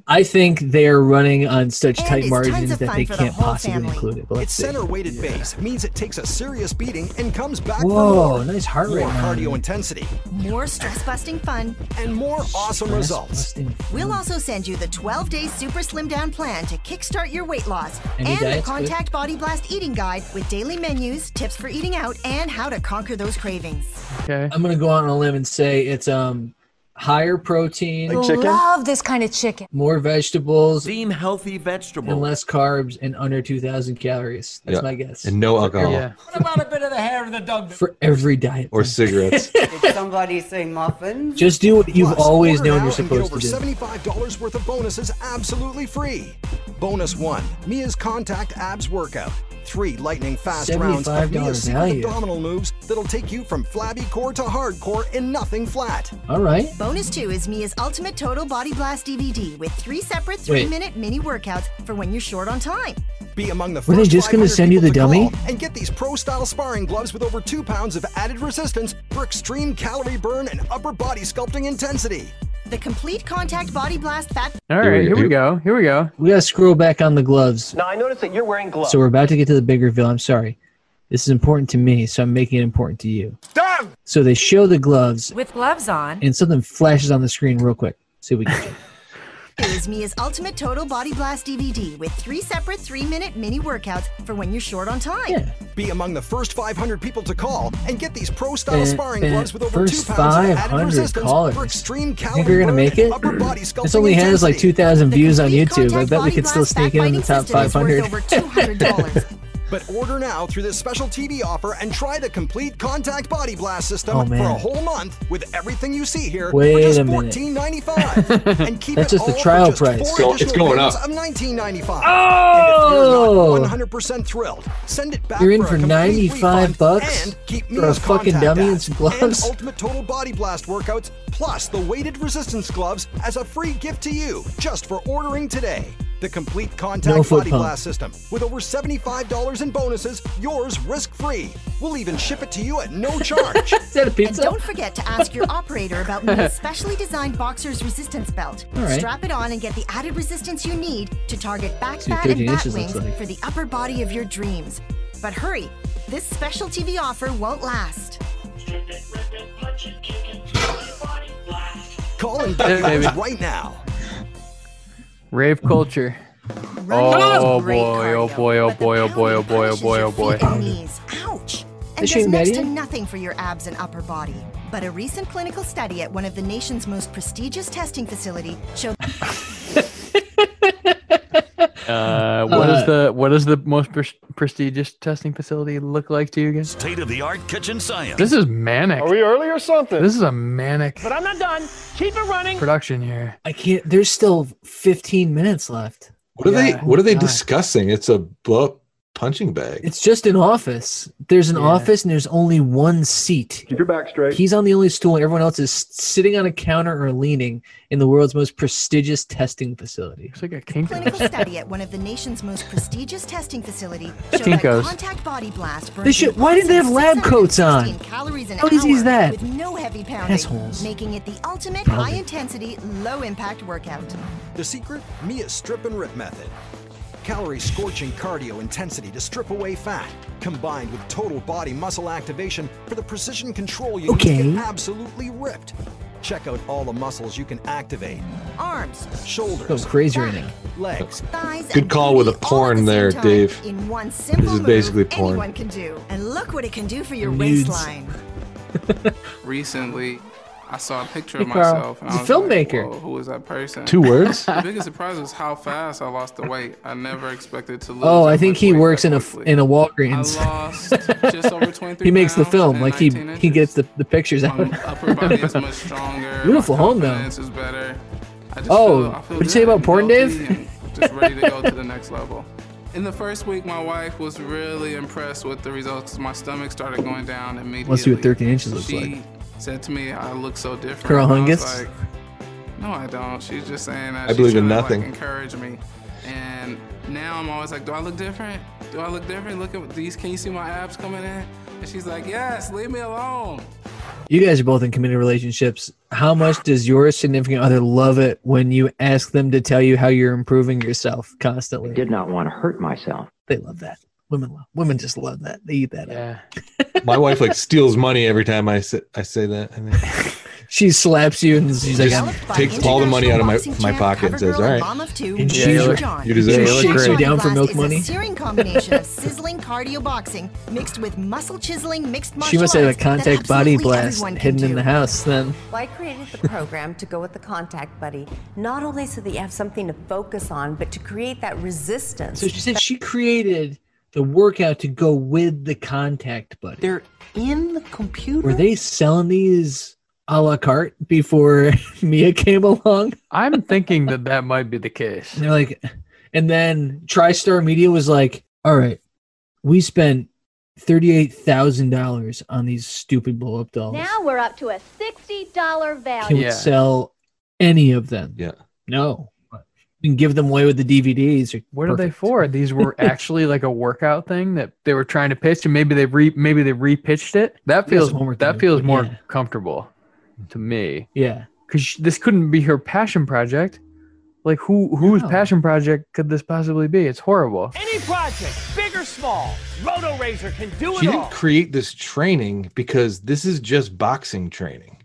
I think they are running on such
And
tight
it's tons
margins
of
that
fun
they
for the
can't
whole
possibly include it. But
Its
let's see.
center weighted base means it takes a serious beating and comes back
Whoa,
for more.
nice heart rate
More
monitor.
cardio intensity.
more stress busting fun.
And more awesome results.
We'll also send you the 12 day super slim down plan to kickstart your weight loss
Any
and the
diet's good?
Contact Body Blast eating guide with daily menus, tips for eating out, and how to conquer those cravings.
Okay.
I'm gonna go out on a limb and say it's um higher protein,
this kind of chicken.
more vegetables,
Deem healthy vegetable.
and less carbs, and under 2,000 calories. That's
Yeah.
my guess.
And no alcohol
What about a bit of the hair of the dog?
for every diet.
or cigarettes.
Did somebody say muffins?
Just do what you've
Plus,
always
order
known
now
you're
and get
supposed to do.
over $75 worth of bonuses absolutely free. Bonus 1 Mia's Contact Abs Workout. Three lightning fast rounds of
$75
Mia's secret
value.
abdominal moves that'll take you from flabby core to hardcore in nothing flat.
All right.
Bonus 2 is Mia's Ultimate Total Body Blast DVD with three separate three minute mini workouts for when you're short on time.
Be among the
Were they
first
just gonna
500
send you
people
the
to
dummy?
call And get these pro style sparring gloves with over two pounds of added resistance for extreme calorie burn and upper body sculpting intensity.
The Complete Contact Body Blast Fat
All right, here we go. Here we go.
We gotta scroll back on the gloves.
Now, I noticed that you're wearing gloves.
So we're about to get to the big reveal. I'm sorry. This is important to me, so I'm making it important to you.
Damn!
So they show the gloves,
With gloves on.
and something flashes on the screen real quick. See what we can do.
is Mia's Ultimate Total Body Blast DVD with three separate three minute mini workouts for when you're short on time.
Be among the first 500 people to call and get these pro-style
Eh,
sparring
eh,
gloves with over two
first
pounds of added
500
resistance
callers.
for extreme calorie
Think we're gonna
burn
make
and
it?
upper body
This
sculpting
only has like
intensity.
2,000 views on YouTube. I bet we could still sneak in in the top
System is worth
500.
over $200.
But order now through this special TV offer and try the complete Contact Body Blast system
Oh,
for
man.
a whole month with everything you see here for
Wait
just
a minute.
$14.95. and keep
That's
it
just the
all for
trial
just
price.
four
It's go- it's
additional
going
days
up.
Of $19.95.
Oh!
And if you're not 100% thrilled, send it back
You're in
for,
for
a complete
95
refund
bucks
and keep
for a
Mia's
fucking
contact
dummy and
ads
some gloves?
Ultimate Total Body Blast workouts, plus the weighted resistance gloves as a free gift to you just for ordering today. The complete contact
No foot
body
pump.
blast system with over $75 in bonuses, yours risk free. We'll even ship it to you at no charge. Is
that a
And don't forget to ask your operator about Mia's specially designed boxer's resistance belt.
All right.
Strap it on and get the added resistance you need to target back
See what
fat and
13
back
inches
wings
looks like.
for the upper body of your dreams. But hurry, this special TV offer won't last.
Call and
Yeah,
get yours
baby.
right now.
Rave culture. Oh boy, oh boy, oh boy, oh boy, oh boy, oh boy, oh boy.
knees. Ouch! And
Is she
there's next to
Canadian?
nothing for your abs and upper body. But a recent clinical study at one of the nation's most prestigious testing facility showed
Uh, what
Uh,
is the what does the most pres- prestigious testing facility look like to you guys?
State of the art kitchen science.
This is manic.
Are we early or something?
This is a manic
But I'm not done. Keep it running.
production here.
I can't. There's still 15 minutes left.
What are they?
Yeah,
What are they
God.
discussing? It's a book punching bag.
It's just an office. There's an
Yeah.
office and there's only one seat.
Keep your back straight.
He's on the only stool, and everyone else is sitting on a counter or leaning in the world's most prestigious testing facility.
It's like a kink.
clinical study at one of the nation's most prestigious testing facility showed
Tinkos.
that contact body blast burns
They should. Why didn't they have lab coats on?
16 calories an
How easy
hour
is that?
with no heavy pounding,
Assholes.
making it the ultimate
Probably.
high-intensity, low-impact workout.
The secret Mia's strip and rip method. Calorie scorching cardio intensity to strip away fat, combined with total body muscle activation for the precision control you need to
Okay.
get absolutely ripped. Check out all the muscles you can activate
Arms,
shoulders,
Go crazy right now.
legs.
thighs,
Good
and
call with a
booty all at
porn
the same
there,
time
Dave.
In one simple
This is
move
basically porn.
anyone can do, and look what it can do for your
Nudes.
waistline.
Recently, I saw a picture of
Hey, Carl.
myself. and I
He's a
was like,
filmmaker.
"Whoa, who is that person?
Two words?
the biggest surprise is how fast I lost the weight. I never expected to lose.
Oh, I
that
think
much
he
weight
works
that
in a f- in a Walgreens. he makes the film like he he gets the, the pictures out.
quickly. My upper body is much stronger. my
Beautiful home though.
confidence is better. I just
Oh,
feel- I feel
what did you say
good
about
and
porn,
healthy
Dave?
and Just ready to go to the next level. In the first week, my wife was really impressed with the results. My stomach started going down immediately.
Let's see what 13 inches looks
she
like.
Said to me, "I look so different."
Carl
And I was
Hungus?
like, no, I don't. She's just saying that.
I
She's
believe in
trying to,
nothing.
Like, encourage me, and now I'm always like, do I look different? Do I look different? Look at these. Can you see my abs coming in? And she's like, yes. Leave me alone.
You guys are both in committed relationships. How much does your significant other love it when you ask them to tell you how you're improving yourself constantly?
did not want to hurt myself.
They love that. Women love. Women just love that. They eat that. Yeah.
My wife like steals money every time I say, I say that. I think.
She slaps you and she's like,
Just takes all the money out of my my pocket and says, "All right,
And
she-
you,
John.
you deserve
She
it."
shakes you down for
Blast
milk
is
money.
a searing combination of sizzling cardio boxing mixed with muscle chiseling mixed martial
She must have a
arts that
contact body
absolutely
blast
everyone can
hidden in
do.
the house. Then
Well, I created the program to go with the contact buddy, not only so that you have something to focus on, but to create that resistance.
So she said she created the workout to go with the contact buddy. They're in the computer. Were they selling these a la carte before Mia came along?
I'm thinking that that might be the case.
And they're like, and then TriStar Media was like, all right, we spent $38,000 on these stupid blow up dolls.
Now we're up to a $60 value.
Can we sell any of them?
Yeah.
No. We can give them away with the DVDs.
What are they for? These were actually like a workout thing that they were trying to pitch, and maybe they re maybe they repitched it. That
We got
feels
some homework to
that
do,
feels
but
more
yeah.
comfortable to me.
Yeah.
because this couldn't be her passion project. Like who whose
Oh.
passion project could this possibly be? It's horrible.
Any project, big or small, Roto Razor can do
She
it
didn't
all.
create this training because this is just boxing training,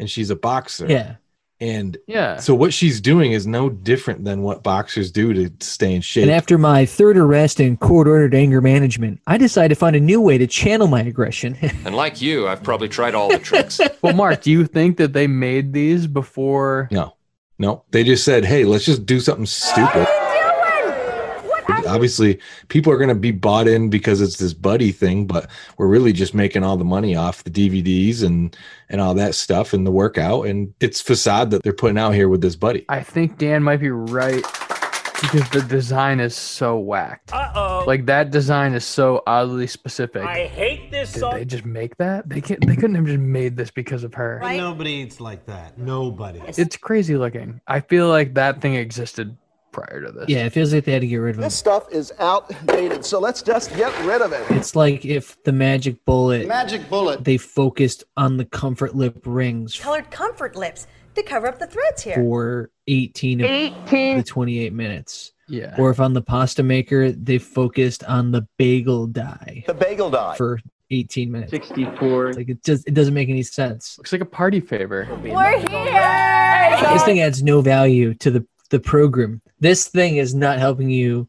and she's a boxer.
Yeah.
And
Yeah.
so what she's doing is no different than what boxers do to stay in shape.
And after my third arrest and court ordered anger management, I decided to find a new way to channel my aggression.
And like you, I've probably tried all the tricks.
well, Mark, do you think that they made these before?
No, no. They just said, "Hey, let's just do something stupid."
What are you doing? What are
obviously people are going to be bought in because it's this buddy thing, but we're really just making all the money off the DVDs and and all that stuff and the workout and it's facade that they're putting out here with this buddy.
I think Dan might be right because the design is so whacked.
Uh-oh.
Like that design is so oddly specific.
I hate this
Did
song.
they just make that? They can't, they couldn't have just made this because of her.
Nobody eats like that. Nobody.
It's crazy looking. I feel like that thing existed prior to this.
Yeah, it feels like they had to get rid of
This
it.
stuff is outdated, so let's just get rid of it.
It's like if the magic bullet
Magic bullet.
they focused on the comfort lip rings
Colored comfort lips to cover up the threads here.
for 18 of
18.
the 28 minutes.
Yeah.
Or if on the pasta maker they focused on the bagel dye
The bagel dye.
for 18 minutes.
64.
Like it just it doesn't make any sense.
Looks like a party favor.
We're
This
here.
thing adds no value to the the program. This thing is not helping you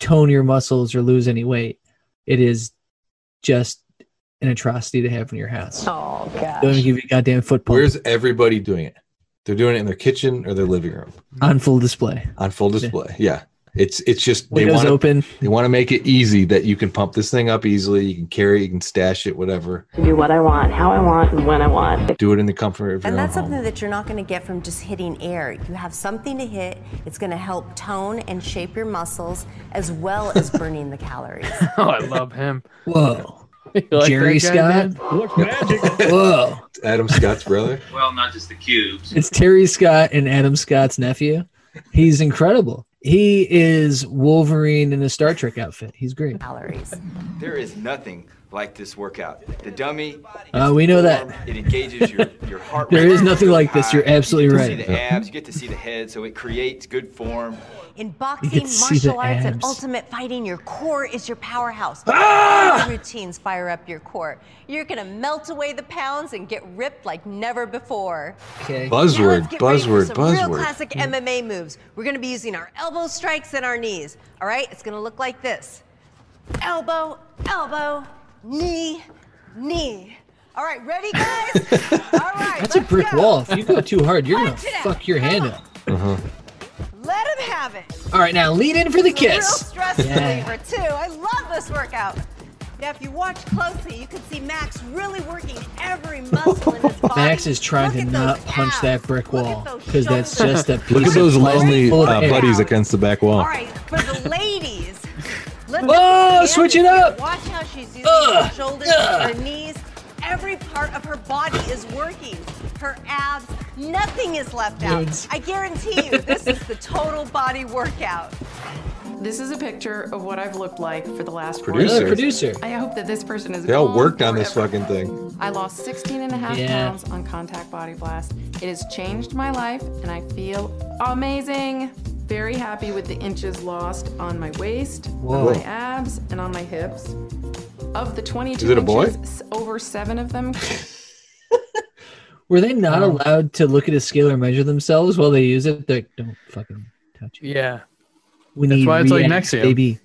tone your muscles or lose any weight. It is just an atrocity to have in your house.
Oh god.
Don't even give you a goddamn football
Where's everybody doing it? They're doing it in their kitchen or their living room
on full display.
on full display. Yeah. It's it's just they
Windows
want
open.
They want to make it easy that you can pump this thing up easily. You can carry, it, you can stash it, whatever.
Do what I want, how I want, and when I want.
Do it in the comfort of your
And
own
that's
home.
something that you're not going to get from just hitting air. You have something to hit. It's going to help tone and shape your muscles as well as burning the calories.
oh, I love him.
Whoa.
like
Jerry
that guy,
Scott? Look magic. Whoa.
Adam Scott's brother.
Well, not just the cubes.
It's Terry Scott and Adam Scott's nephew. He's incredible. He is Wolverine in a Star Trek outfit. He's great.
Calories.
There is nothing like this workout. The dummy.
Uh, we know that.
It engages your, your heart
There
rate
is nothing
goes
like this. You're
high.
absolutely
You get to see the
right.
abs. You get to see the head, so it creates good form.
In
You
boxing,
can see the
martial arts, and
abs.
ultimate fighting, your core is your powerhouse.
Ah!
Your routines fire up your core. You're going to melt away the pounds and get ripped like never before.
Okay.
Buzzword, buzzword,
some Real
buzzword.
classic MMA moves. We're going to be using our elbow strikes and our knees. All right? It's going to look like this elbow, elbow, knee, knee. All right, ready, guys?
That's a brick wall. If you go too hard, you're gonna fuck your hand up.
Uh-huh.
Let him have it.
All right, now lead in for the
It's a Real
kiss.
stress
Yeah.
reliever too. I love this workout. Now, if you watch closely, you can see Max really working every muscle in his body.
Max is trying to not punch that brick wall because that's just a piece
Look at
of
those
plastic
lonely
full of
uh,
air.
buddies against the back
All
wall.
right, for the ladies. Lift
Whoa,
up her
switch it
hands.
up.
Watch how she's using
Ugh,
her shoulders,
ugh.
her knees. Every part of her body is working. Her abs, nothing is left
Dudes.
out. I guarantee you, this is the total body workout.
This is a picture of what I've looked like for the last four
Producer.
years.
Producer.
I hope that this person is
They all
gone
worked on this
forever.
fucking thing.
I lost 16 and a half
Yeah.
pounds on Contact Body Blast. It has changed my life and I feel amazing. Very happy with the inches lost on my waist,
Whoa.
on my abs, and on my hips. Of the 22
Is it a boy?
inches, s- over seven of them.
Were they not
Oh.
allowed to look at a scale or measure themselves while they use it? They don't fucking touch it.
Yeah.
We
That's
need
why it's like
reacts,
Nexium.
baby.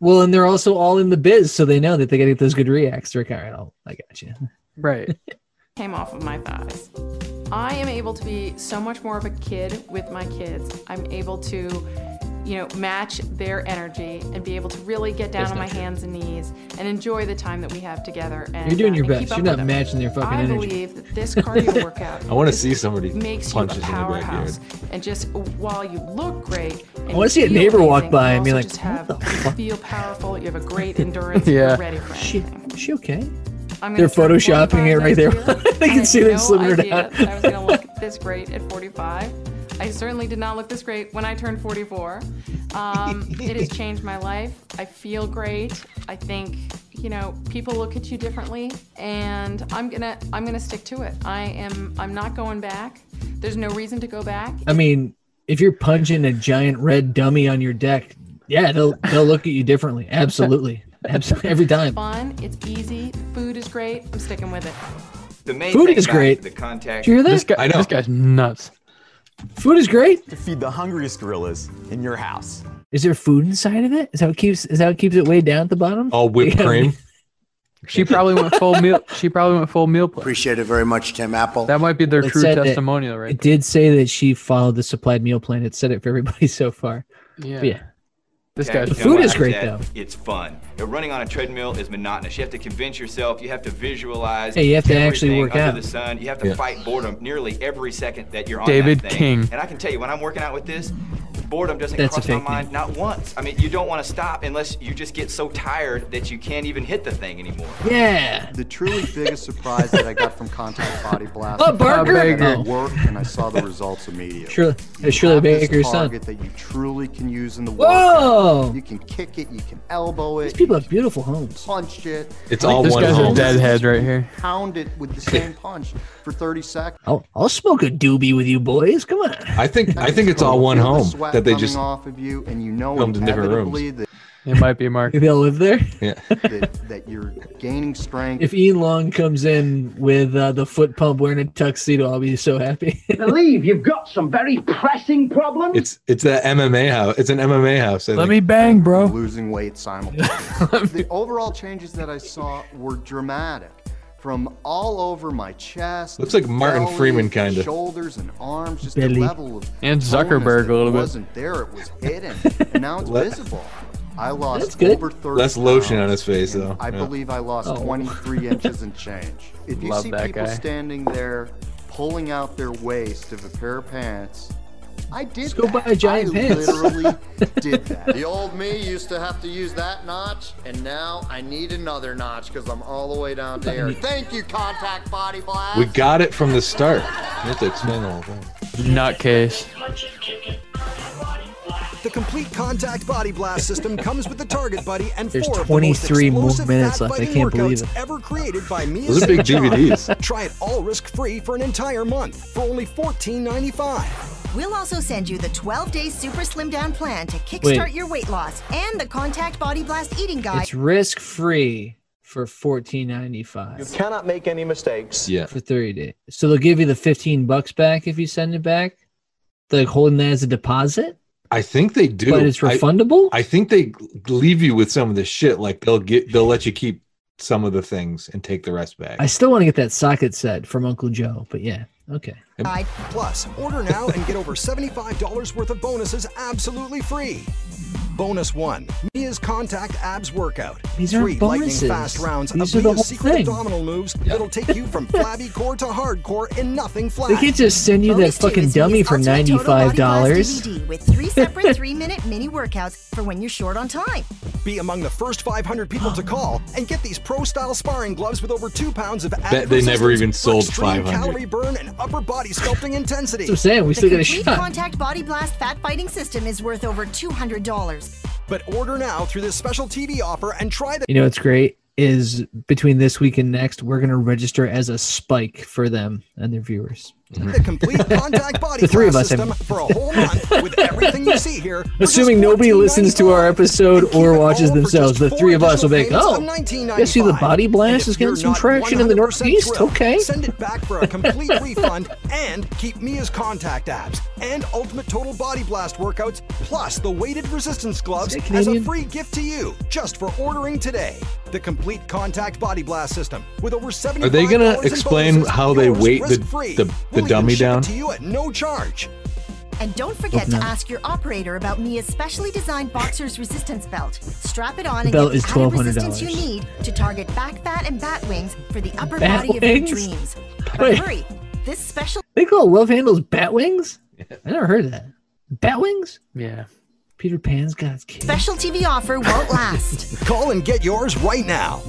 Well, and they're also all in the biz, so they know that they got to get those good reacts. They're like, all right, I'll- I got you.
Right.
came off of my thighs. I am able to be so much more of a kid with my kids. I'm able to, you know, match their energy and be able to really get down
That's
on
not
my
true.
hands and knees and enjoy the time that we have together. And
You're doing
uh,
your
and
best.
keep up
You're not
with them.
matching their fucking
I
energy.
believe that this cardio workout
I want to see somebody
makes you a
punches in the backyard.
powerhouse. And just while you look great, and
I want
you
to see a
feel
neighbor walk
amazing,
by
you
and be
also
like,
just
what
have-
the fuck?
feel powerful. You have a great endurance.
Yeah.
You're ready for
She-
anything.
Is she okay?
I'm
They're
gonna turn
photoshopping it
45
right there.
next year.
they
I
can
had
see them
no
slimming her
idea
down.
that I was going to look this great at 45. I certainly did not look this great when I turned 44. Um, it has changed my life. I feel great. I think you know people look at you differently, and I'm gonna I'm gonna stick to it. I am I'm not going back. There's no reason to go back.
I mean, if you're punching a giant red dummy on your deck, yeah, they'll they'll look at you differently. Absolutely, absolutely, every time.
Fun. It's easy. Food is great. I'm sticking with it.
The main
Food
thing
is
about
great.
The contact.
Did you hear that?
This guy- I know.
This guy's nuts.
Food is great.
To feed the hungriest gorillas in your house.
Is there food inside of it? Is that what keeps is that what keeps it way down at the bottom?
All whipped
Yeah.
cream.
She probably went full meal. She probably went full meal. Plan.
Appreciate it very much, Tim Apple.
That might be their
It
true
said that-
testimonial, right?
It did say that she followed the supplied meal plan. It said it for everybody so far.
Yeah.
But yeah.
This
Okay,
guy's
you
the
know
food
what?
is
I
great,
get
though.
It's fun. You know, running on a treadmill is monotonous. You have to convince yourself. You have to visualize.
Yeah, you have to actually
everything
work
under
out.
the sun. You have to
Yeah.
fight boredom nearly every second that you're on
David
that thing.
King.
And I can tell you, when I'm working out with this, boredom doesn't
That's a
cross my
fake name.
mind not once. I mean, you don't want to stop unless you just get so tired that you can't even hit the thing anymore.
Yeah.
The truly biggest surprise that I got from Contact Body Blast
Oh, Barker?
was that
Oh.
it worked, and I saw the results immediately.
Shirley,
You
Shirley
have this
Baker's son.
target that you truly can use in the
Whoa!
workout. You can kick it, you can elbow it,
These people have beautiful homes.
punch it.
It's all
this
one
guy's a
home.
deadhead right here.
Pound it with the same punch for 30 seconds.
I'll, I'll smoke a doobie with you boys. Come on.
I think I think it's all one
Feel the
home
sweat
that they
coming
just
off of you, and you know
filmed in different rooms.
inevitably that,
It might be Mark. Maybe
I'll live there.
Yeah.
that, that you're gaining strength.
If Ian Long comes in with uh, the foot pump wearing a tuxedo, I'll be so happy.
Believe you've got some very pressing problems.
it's it's that MMA house. It's an MMA house. I think.
bang, bro.
Losing weight simultaneously. the overall changes that I saw were dramatic. From all over my chest.
Looks like Martin
belly,
Freeman kinda.
Shoulders and arms, just
Belly.
the level of
And
bonus
Zuckerberg
that
a little bit.
wasn't there, it was hidden. and now it's
Le-
visible. I lost
That's good.
over 30
Less lotion
pounds.
on his face though.
I
Yeah.
believe I lost
Oh.
23 inches and change. If you
Love
see
that
people
guy.
standing there pulling out their waist of a pair of pants, I did
Let's go buy a giant
I
pants.
literally did that.
The old me used to have to use that notch, and now I need another notch because I'm all the way down to here. Thank you, Contact Body Blast.
We got it from the start. You have to explain the whole thing.
Nutcase.
The complete contact body blast system comes with the target buddy and
There's
four of the most
23 more
explosive
minutes left. I
fat-fighting
can't believe
workouts
it.
Ever created by me.
Those are big DVDs.
Try it all risk free for an entire month for only $14.95.
We'll also send you the 12 day super slim down plan to kickstart
Wait.
your weight loss and the contact body blast eating guide.
It's risk free for fourteen ninety
You
five
cannot make any mistakes.
Yeah.
for thirty days. So they'll give you the fifteen bucks back if you send it back. Like holding that as a deposit.
I think they do.
But it's
I-
refundable?
I, think they leave you with some of the shit. Like they'll get they'll let you keep some of the things and take the rest back.
I still want to get that socket set from Uncle Joe, but yeah, okay.
Plus, order now and get over $75 worth of bonuses absolutely free. Bonus one, Mia's Contact Abs Workout.
These aren't
Three lightning
bonuses.
fast rounds
These are
of
the whole
Mia's secret
thing.
abdominal moves that'll take you from flabby core to hardcore in nothing flat.
They can't just send you that fucking dummy for ninety five dollars.
DVD with three separate three minute mini workouts for when you're short on time.
Be among the first 500 people to call and get these pro-style sparring gloves with over two pounds of
Bet they never even sold
extreme
500.
calorie burn and upper body sculpting intensity.
That's what I'm saying. We
the
still got a
complete
shot.
contact body blast fat fighting system is worth over $200.
But order now through this special TV offer and try the
You know what's great is between this week and next, we're gonna register as a spike for them and their viewers.
The complete contact body
The three of
blast
us, I
system
mean.
for a whole month with everything you see here. for just
Assuming nobody listens to our episode or watches themselves, the three of us will be like,
Payments of
oh, you see the body blast is getting some traction in the
100%
Northeast?
thrilled,
Okay.
Send it back for a complete refund and keep Mia's contact abs and ultimate total body blast workouts plus the weighted resistance gloves
that
as a
Canadian?
free gift to you just for ordering today. The complete contact body blast system with over 70
Are they gonna explain how they weight the the, the dummy down?
to you at no charge.
And don't forget
Open
to
up.
ask your operator about Mia's specially designed boxer's resistance belt. Strap it on
The
and
belt
get
is
the added resistance
$1,200.
you need to target back fat and bat wings for the upper
Bat
body
wings?
of your dreams. But
Wait.
hurry, this special
They call love handles bat wings? I never heard of that. Bat wings?
Yeah.
Peter Pan's got his kid.
special TV offer won't last.
Call and get yours right now.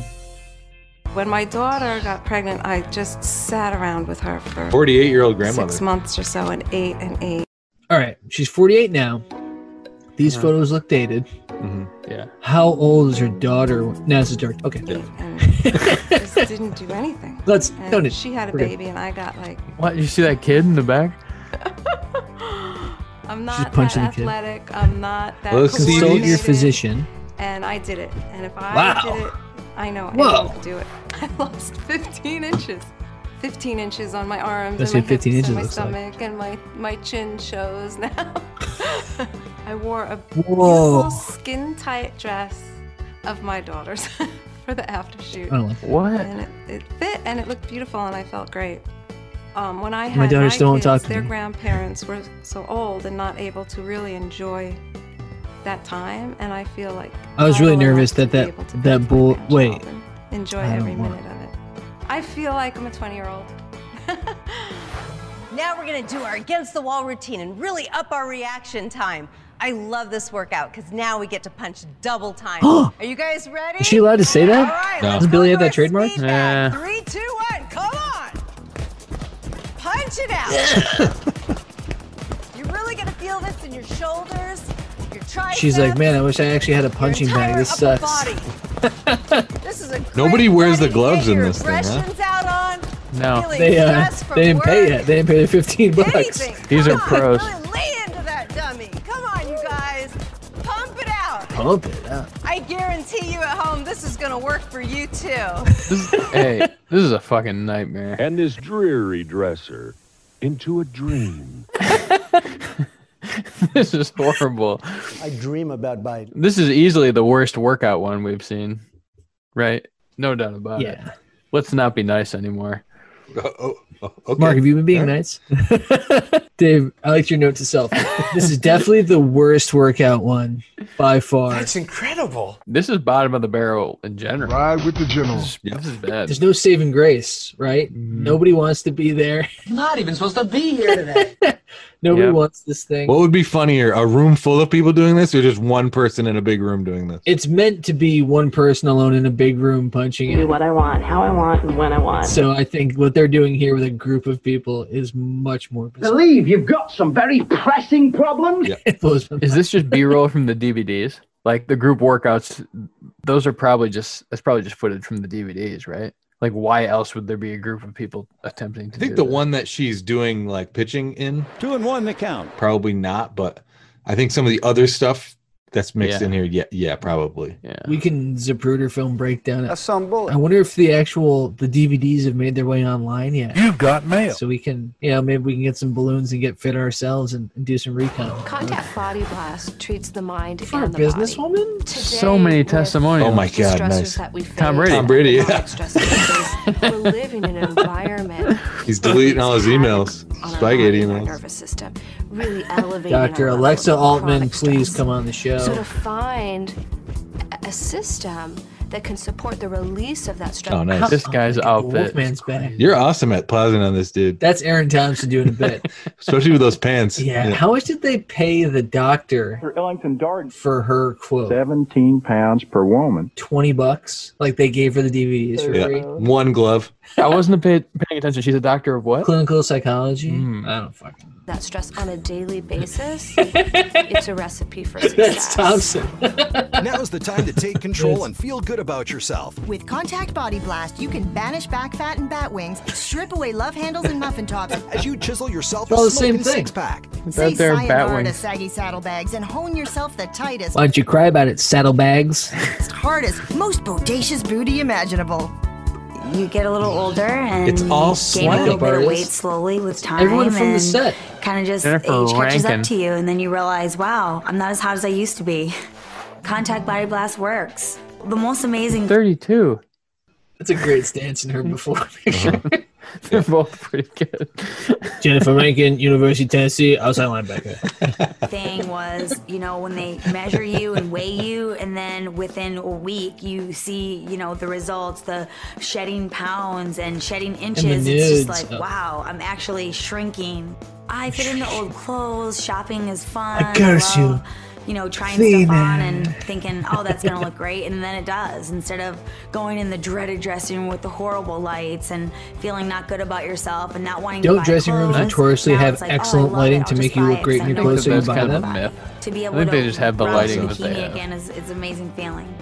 When my daughter got pregnant, I just sat around with her for
48 year old grandmother.
six months or so, and ate and ate.
All right, she's 48 now. These
Mhm.
photos look dated.
Yeah.
How old is her daughter? Now this is dark. Okay.
Just didn't do anything.
Let's-
And
don't it-
She had a
we're good.
baby, and I got like
What? You see that kid in the back?
I'm not that
punching the kid.
athletic. I'm not that.
Let's see Consult your
coordinated,
physician.
And I did it. And if I
Wow.
did it, I know I
Whoa.
won't do it. I lost 15 inches. 15 inches on my arms
Let's
and
see
my
what 15 inches
hips and my
looks like.
stomach and my my chin shows now. I wore a
Whoa.
beautiful skin tight dress of my daughter's for the after shoot.
I don't like that.
What?
And it, it fit and it looked beautiful and I felt great. Um, when I
My
had
daughter still won't
kids,
talk to
their
me.
grandparents were so old and not able to really enjoy
that time, and I feel like
I was really nervous that that that bull. Wait,
enjoy
I don't
every
want-
minute of it. I feel like I'm a 20 year old.
Now we're gonna do our against the wall routine and really up our reaction time. I love this workout because now we get to punch double time. Are you guys ready?
is she allowed to say that? Does Billy have that trademark?
Three, two, one, come on! Punch it out! You're really gonna feel this in your shoulders, your triceps.
She's like, man, I wish I actually had a punching bag. This
upper
sucks.
this is a
Nobody wears the gloves in
your
this thing, huh?
aggressions out on.
No,
Really
they uh,
stress from
they didn't pay
work.
yet. They didn't pay the fifteen bucks.
Anything.
These
Come
are
on,
pros.
Really lay into that dummy. Come on, you guys. Pump it out.
Pump it up.
I guarantee you at home, this is gonna work for you too.
hey, this is a fucking nightmare.
And this dreary dresser into a dream.
this is horrible.
I dream about Biden.
This is easily the worst workout one we've seen, right? No doubt about
Yeah.
it. Let's not be nice anymore.
Uh, oh,
Mark, have you been being
All right.
nice? Dave, I liked your note to self. This is definitely the worst workout one by far.
incredible. This is bottom of the barrel in general. Ride with the general. Mm-hmm. This, this is bad.
There's no saving grace, right? Nobody wants to be there. Not even supposed to be here today. Nobody
Yep.
wants this thing.
What would be funnier, a room full of people doing this, or just one person in a big room doing this?
it's meant to be one person alone in a big room punching
Do
it.
what I want, how I want, and when I want.
So I think what they're doing here with a group of people is much more.
Believe
you've got some very pressing problems.
Is this just B-roll from the DVDs? Like the group workouts, those are probably just that's probably just footage from the DVDs, right? Like why else would there be a group of people attempting to
I think
do
the
this?
one that she's doing like pitching in two and one the count probably not, but I think some of the other stuff that's mixed
Yeah.
in here, yeah, yeah, probably.
Yeah,
We can Zapruder film breakdown. it.
That's some bullet.
I wonder if the actual the DVDs have made their way online yet. You've got mail, so we can, you know, maybe we can get some balloons and get fit ourselves and, and do some recon.
Contact Body Blast treats the mind
For a
and the
businesswoman?
body.
So many testimonials.
Oh my god,
stressors
nice.
that we face,
Tom Brady. Tom Brady, yeah.
We're living in an environment
He's deleting all his emails, Spygate emails.
nervous system really elevating
Doctor
our level
Alexa
of
Altman,
chronic
please come on the show.
So to find a- a system that can support the release of that stress.
Oh, nice.
This guy's outfit.
Wolfman's back.
You're awesome at plaza on this dude,
That's Aaron Thompson doing a bit.
especially with those pants.
Yeah. How much did they pay the doctor for Ellington Dard for her quote?
17 pounds per woman.
Twenty bucks, like they gave her the DVDs for
Yeah.
free.
One glove.
I wasn't pay, paying attention. She's a doctor of what? Hmm.
Clinical psychology. I don't fucking.
that stress on a daily basis, it's a recipe for success.
Thompson.
now is the time to take control and feel good about yourself.
With Contact Body Blast, you can banish back fat and bat wings, strip away love handles and muffin tops,
As you chisel yourself
It's all
a
the same
smoking
thing.
six pack.
say
Right there, bat
sayonara to
wings.
saggy saddlebags, and hone yourself the tightest,
Why don't you cry about it, saddlebags?
hardest, most bodacious booty imaginable.
You get a little older and
It's all
gain a little
swipe
bit of
bars.
weight slowly with time.
Everyone from the
and
set.
Kind of just
Jennifer
age catches up
Rankin.
to you, and then you realize, wow, I'm not as hot as I used to be. Contact Body Blast works. The most amazing.
32.
That's a great stance in her before picture.
They're both pretty good.
Jennifer Rankin, University of Tennessee, outside linebacker.
thing was, you know, when they measure you and weigh you, and then within a week you see, you know, the results, the shedding pounds and shedding inches. it's just nudes. like,
Uh,
Oh. wow, I'm actually shrinking. I fit into old clothes. Shopping is fun. curse love, you, You know, trying stuff on female. and thinking, oh, that's gonna look great, and then it does. Instead of going in the dreaded dressing room with the horrible lights and feeling not good about yourself and not wanting to
Don't
buy
dressing rooms
clothes,
notoriously
now
have
it's like, oh, I
excellent
love
lighting
it,
to
I'll
make
just
you
buy
look
it,
great in your
so I
clothes? So you
That's
buy
kind of
them.
a myth.
to be
I
able
think
to
they just have the
browse
lighting
the
that they
bikini
have.
again is, is an amazing feeling.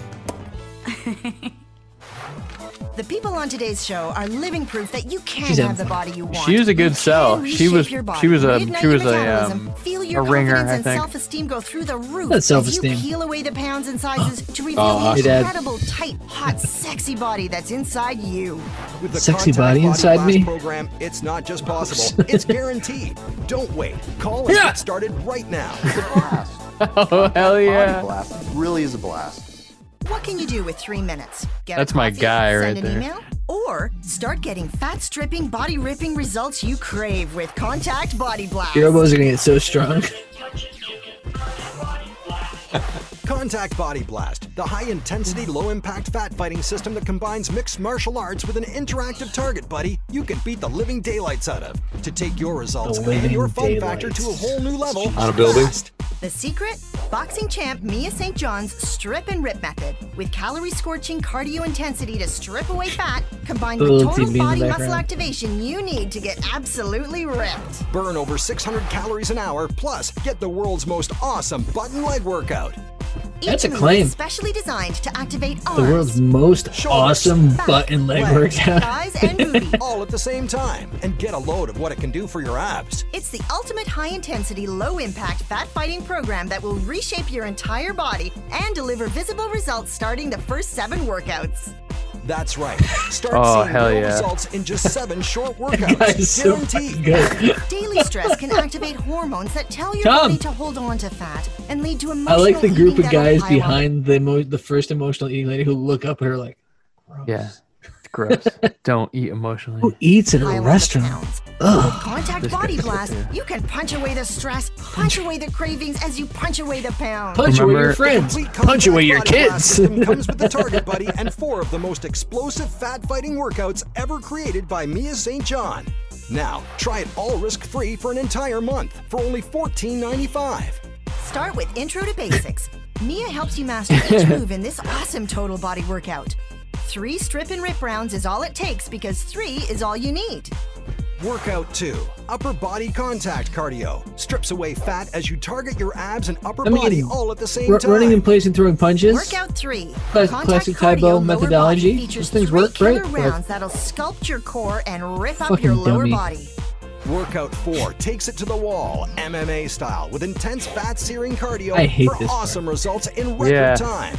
The people on today's show are living proof that you can
She's on
have the
fire.
body you want.
She was a good sell.
can
Oh, She was
reshape your body,
she was a
reignite
she
your
was a
metabolism,
um,
feel
a
your
ringer.
confidence
I
and
think.
self-esteem go through the roof
That's
as you
self-esteem.
peel away the pounds and sizes to reveal
Oh,
awesome. Hey,
the
Dad.
incredible, tight, hot, sexy body that's inside you.
With the
Sexy
Contact
body inside
Blast
me?
Program, it's not just possible, it's guaranteed. Don't wait. Call and get started right now.
Oh hell yeah!
blast really is a blast.
What can you do with three minutes? Get a
That's my
coffee,
guy
send
right
an
there.
Email, or start getting fat stripping, body ripping results you crave with Contact Body Blast.
Your elbows are gonna get so strong.
Contact Body Blast, the high intensity, low impact fat fighting system that combines mixed martial arts with an interactive target buddy you can beat the living daylights out of to take your results and
living
your fun factor to a
daylights.
whole new level.
On a building.
The secret? Boxing champ Mia St. John's strip and rip method with calorie scorching cardio intensity to strip away fat combined
Little
with total
TV in the
body
background.
muscle activation you need to get absolutely ripped.
Burn over 600 calories an hour, plus get the world's most awesome butt and leg workout.
That's
Each
a
move
claim.
is Specially designed to activate
The
arms,
world's most awesome
back,
butt and leg
legs,
workout.
thighs, and booty.
all at the same time and get a load of what it can do for your abs.
It's the ultimate high intensity, low impact fat fighting program that will reshape your entire body and deliver visible results starting the first seven workouts.
That's right. Start
Oh,
seeing
hell
real
yeah.
results in just seven short
That guy's
workouts.
so
Guaranteed.
good.
Daily stress can activate hormones that tell your
Tom.
body to hold on to fat and lead to
I
emotional
like the group
eating
of
that'll
guys
pile up.
behind the emo- the first emotional eating lady who look up at her like,
Yeah. It's gross. Don't eat emotionally.
who eats at a
Pile up the
restaurant?
pounds.
Ugh.
With Contact
This
Body
guy's so
Blast,
good.
you can punch away the stress, punch away the cravings as you punch away the pounds.
Punch away your
Remember-
friends.
Complete
Punch away your
Body Blast
kids.
system comes with the Target Buddy and four of the most explosive fat fighting workouts ever created by Mia St. John. Now, try it all risk free for an entire month for only $14.95.
Start with Intro to Basics. Mia helps you master each move in this awesome total body workout. Three strip and rip rounds is all it takes because three is all you need.
Workout 2 Upper Body Contact Cardio strips away fat as you target your abs and upper
I mean,
body all at the same
Ru-
time.
running in place and throwing punches.
Workout three.
Cla-
Contact
classic
cardio
Taibo
lower
methodology.
body features
Those things
three
work, right?
killer
Like-
rounds that'll sculpt your core and rip up
Fucking
your lower
dummy.
body.
Workout 4 takes it to the wall, MMA style, with intense fat searing cardio
I hate
for
this part.
awesome results in record
Yeah.
time.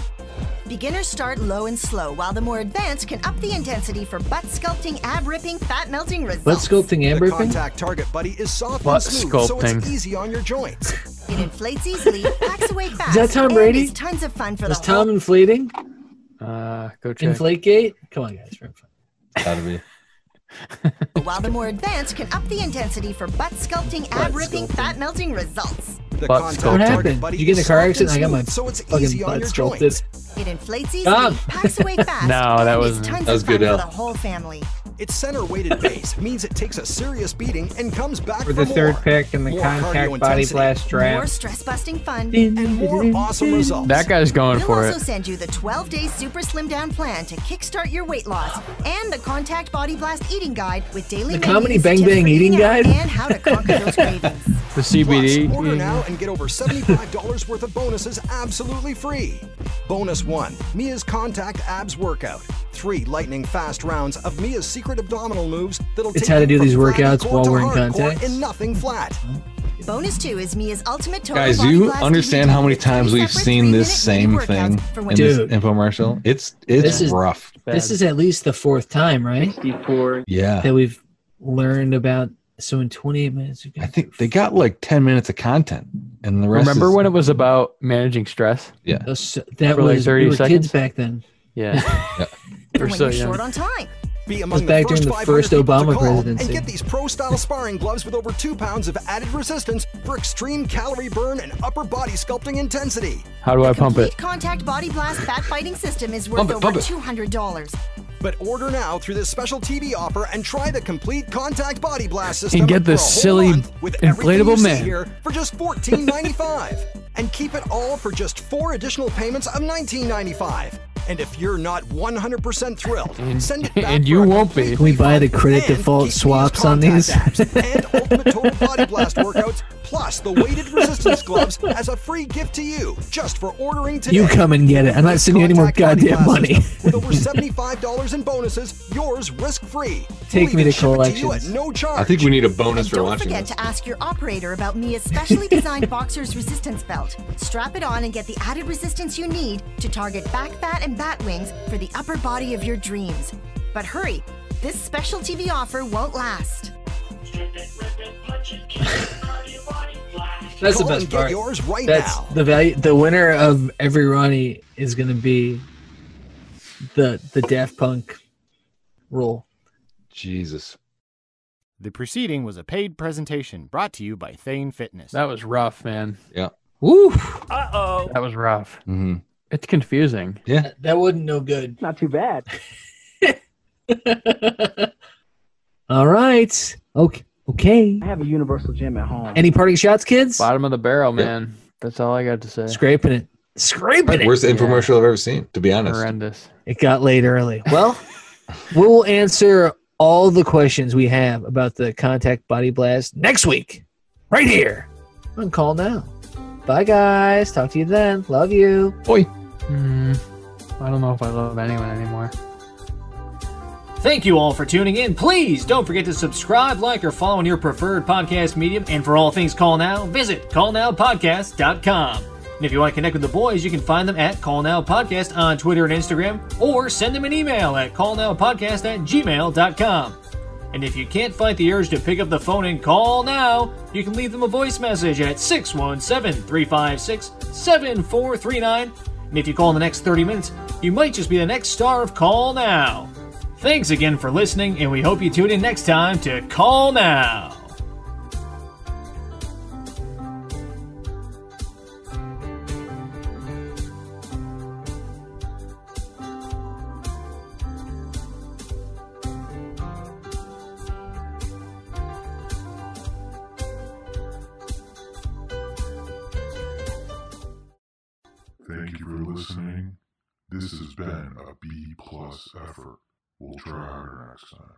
Beginners start low and slow, while the more advanced can up the intensity for butt sculpting, ab ripping, fat melting results.
Butt sculpting and
the
burping.
contact target buddy is soft
Butt
and smooth, so
sculpting.
it's easy on your joints.
It inflates easily, packs away fast.
that Tom
and
Brady?
is tons of fun for
Was
the whole
Tom inflating?
Uh, go check.
Inflate gate? Come on, guys. we're in front.
Gotta be.
while the more advanced can up the intensity for butt sculpting, ab ripping, fat melting results.
The
Butt sculpting.
contact
What
target
happened?
buddy
Did you get in a
is
car
soft and
accident? I got my
smooth, so it's
fucking
easy on
butt
your
sculpted.
joints.
It inflates easily,
Tom.
packs away fast.
No, Oh, that
and is
wasn't-
tons
that was
of fun
good,
for
Al.
the whole family.
Its center weighted base means it takes a serious beating and comes back
We're
for
the third
more.
pick in the
More
Contact
cardio
Body
intensity.
Blast draft.
More stress busting fun.
and more awesome results.
That guy's going
We'll
for
also
it.
send you the 12 day super slim down plan to kickstart your weight loss and the Contact Body Blast eating guide with daily
The
menus,
comedy Bang
tips for
Bang eating
out,
guide?
and how to conquer those cravings.
The CBD.
Plus, order
Yeah.
now and get over $75 worth of bonuses absolutely free. Bonus 1 Mia's Contact Abs Workout. Three lightning fast rounds of Mia's secret abdominal moves that'll
It's
take
how to
you
do these
from
workouts
flattened
while
core
we're in
to hardcore
contacts.
And nothing flat.
Bonus 2 is Mia's ultimate total
Guys, do
body
you
blast
understand
DVD
how many
with three
times we've
separate
seen this same
three-minute mini
thing
workouts for
in
women.
this
Dude.
infomercial? It's
This
it's
is-
rough.
This is at least the fourth time, right?
Yeah.
That we've learned about. So in 28 minutes, we've got
I think they got like ten minutes of content, and the rest.
Remember
is,
when it was about managing stress?
Yeah.
those, that
For like
was
30
we were
seconds?
kids back then.
Yeah.
Yeah.
We're
When
so
you're
young.
short on time.
Be
was
among the
back during
first
the
500
first
people to
Obama
call
presidency.
And get these pro style sparring gloves with over two pounds of added resistance for extreme calorie burn and upper body sculpting intensity.
How do I pump
Complete
it?
Contact Body Blast Fat Fighting System is worth
Pump it,
over
pump it.
$200.
But order now through this special TV offer and try the complete Contact Body Blast system
And get
for a
this
whole
silly
month with everything
inflatable
you see
man.
here for just $14.95. and keep it all for just four additional payments of $19.95. And if you're not 100% thrilled, send it back
And you won't be.
Can we buy the credit default swaps on these?
Body Blast workouts plus the weighted resistance gloves as a free gift to you just for ordering today.
You come and get it. I'm not sending you any more goddamn money.
With over seventy-five dollars in bonuses, yours risk-free.
Take me to
You at
collections.
no charge.
I think we need a bonus for
Don't
watching
forget
this.
to ask your operator about Mia's specially designed boxer's resistance belt. Strap it on and get the added resistance you need to target back fat and bat wings for the upper body of your dreams. But hurry, this special TV offer won't last.
That's the
Call
best
and get
part.
yours right
That's
now.
the value. The winner of every Ronnie is going to be the the Daft Punk rule.
Jesus.
The preceding was a paid presentation brought to you by Thane Fitness.
That was rough, man.
Yeah.
Woo!
Uh oh.
That was rough. It's confusing.
Mm-hmm. Yeah.
That wasn't no good.
Not too bad.
All right. Okay. Okay.
I have a universal gym at home.
Any parting shots, kids?
Bottom of the barrel, man. That's all I got to say.
Scraping it. Scraping it.
Worst infomercial I've ever seen, to be honest.
Horrendous.
It got late early. Well, we'll answer all the questions we have about the contact body blast next week, right here on Call Now. Bye, guys. Talk to you then. Love you.
Boy.
Hmm. I don't know if I love anyone anymore.
Thank you all for tuning in. Please don't forget to subscribe, like, or follow on your preferred podcast medium. And for all things Call Now, visit callnowpodcast.com. And if you want to connect with the boys, you can find them at Call Now Podcast on Twitter and Instagram, or send them an email at callnowpodcast at gmail.com. And if you can't fight the urge to pick up the phone and call now, you can leave them a voice message at 617 356 7439. And if you call in the next 30 minutes, you might just be the next star of Call Now. Thanks again for listening, and we hope you tune in next time to Call Now.
Thank you for listening. This has been a B plus effort. We'll try harder next time.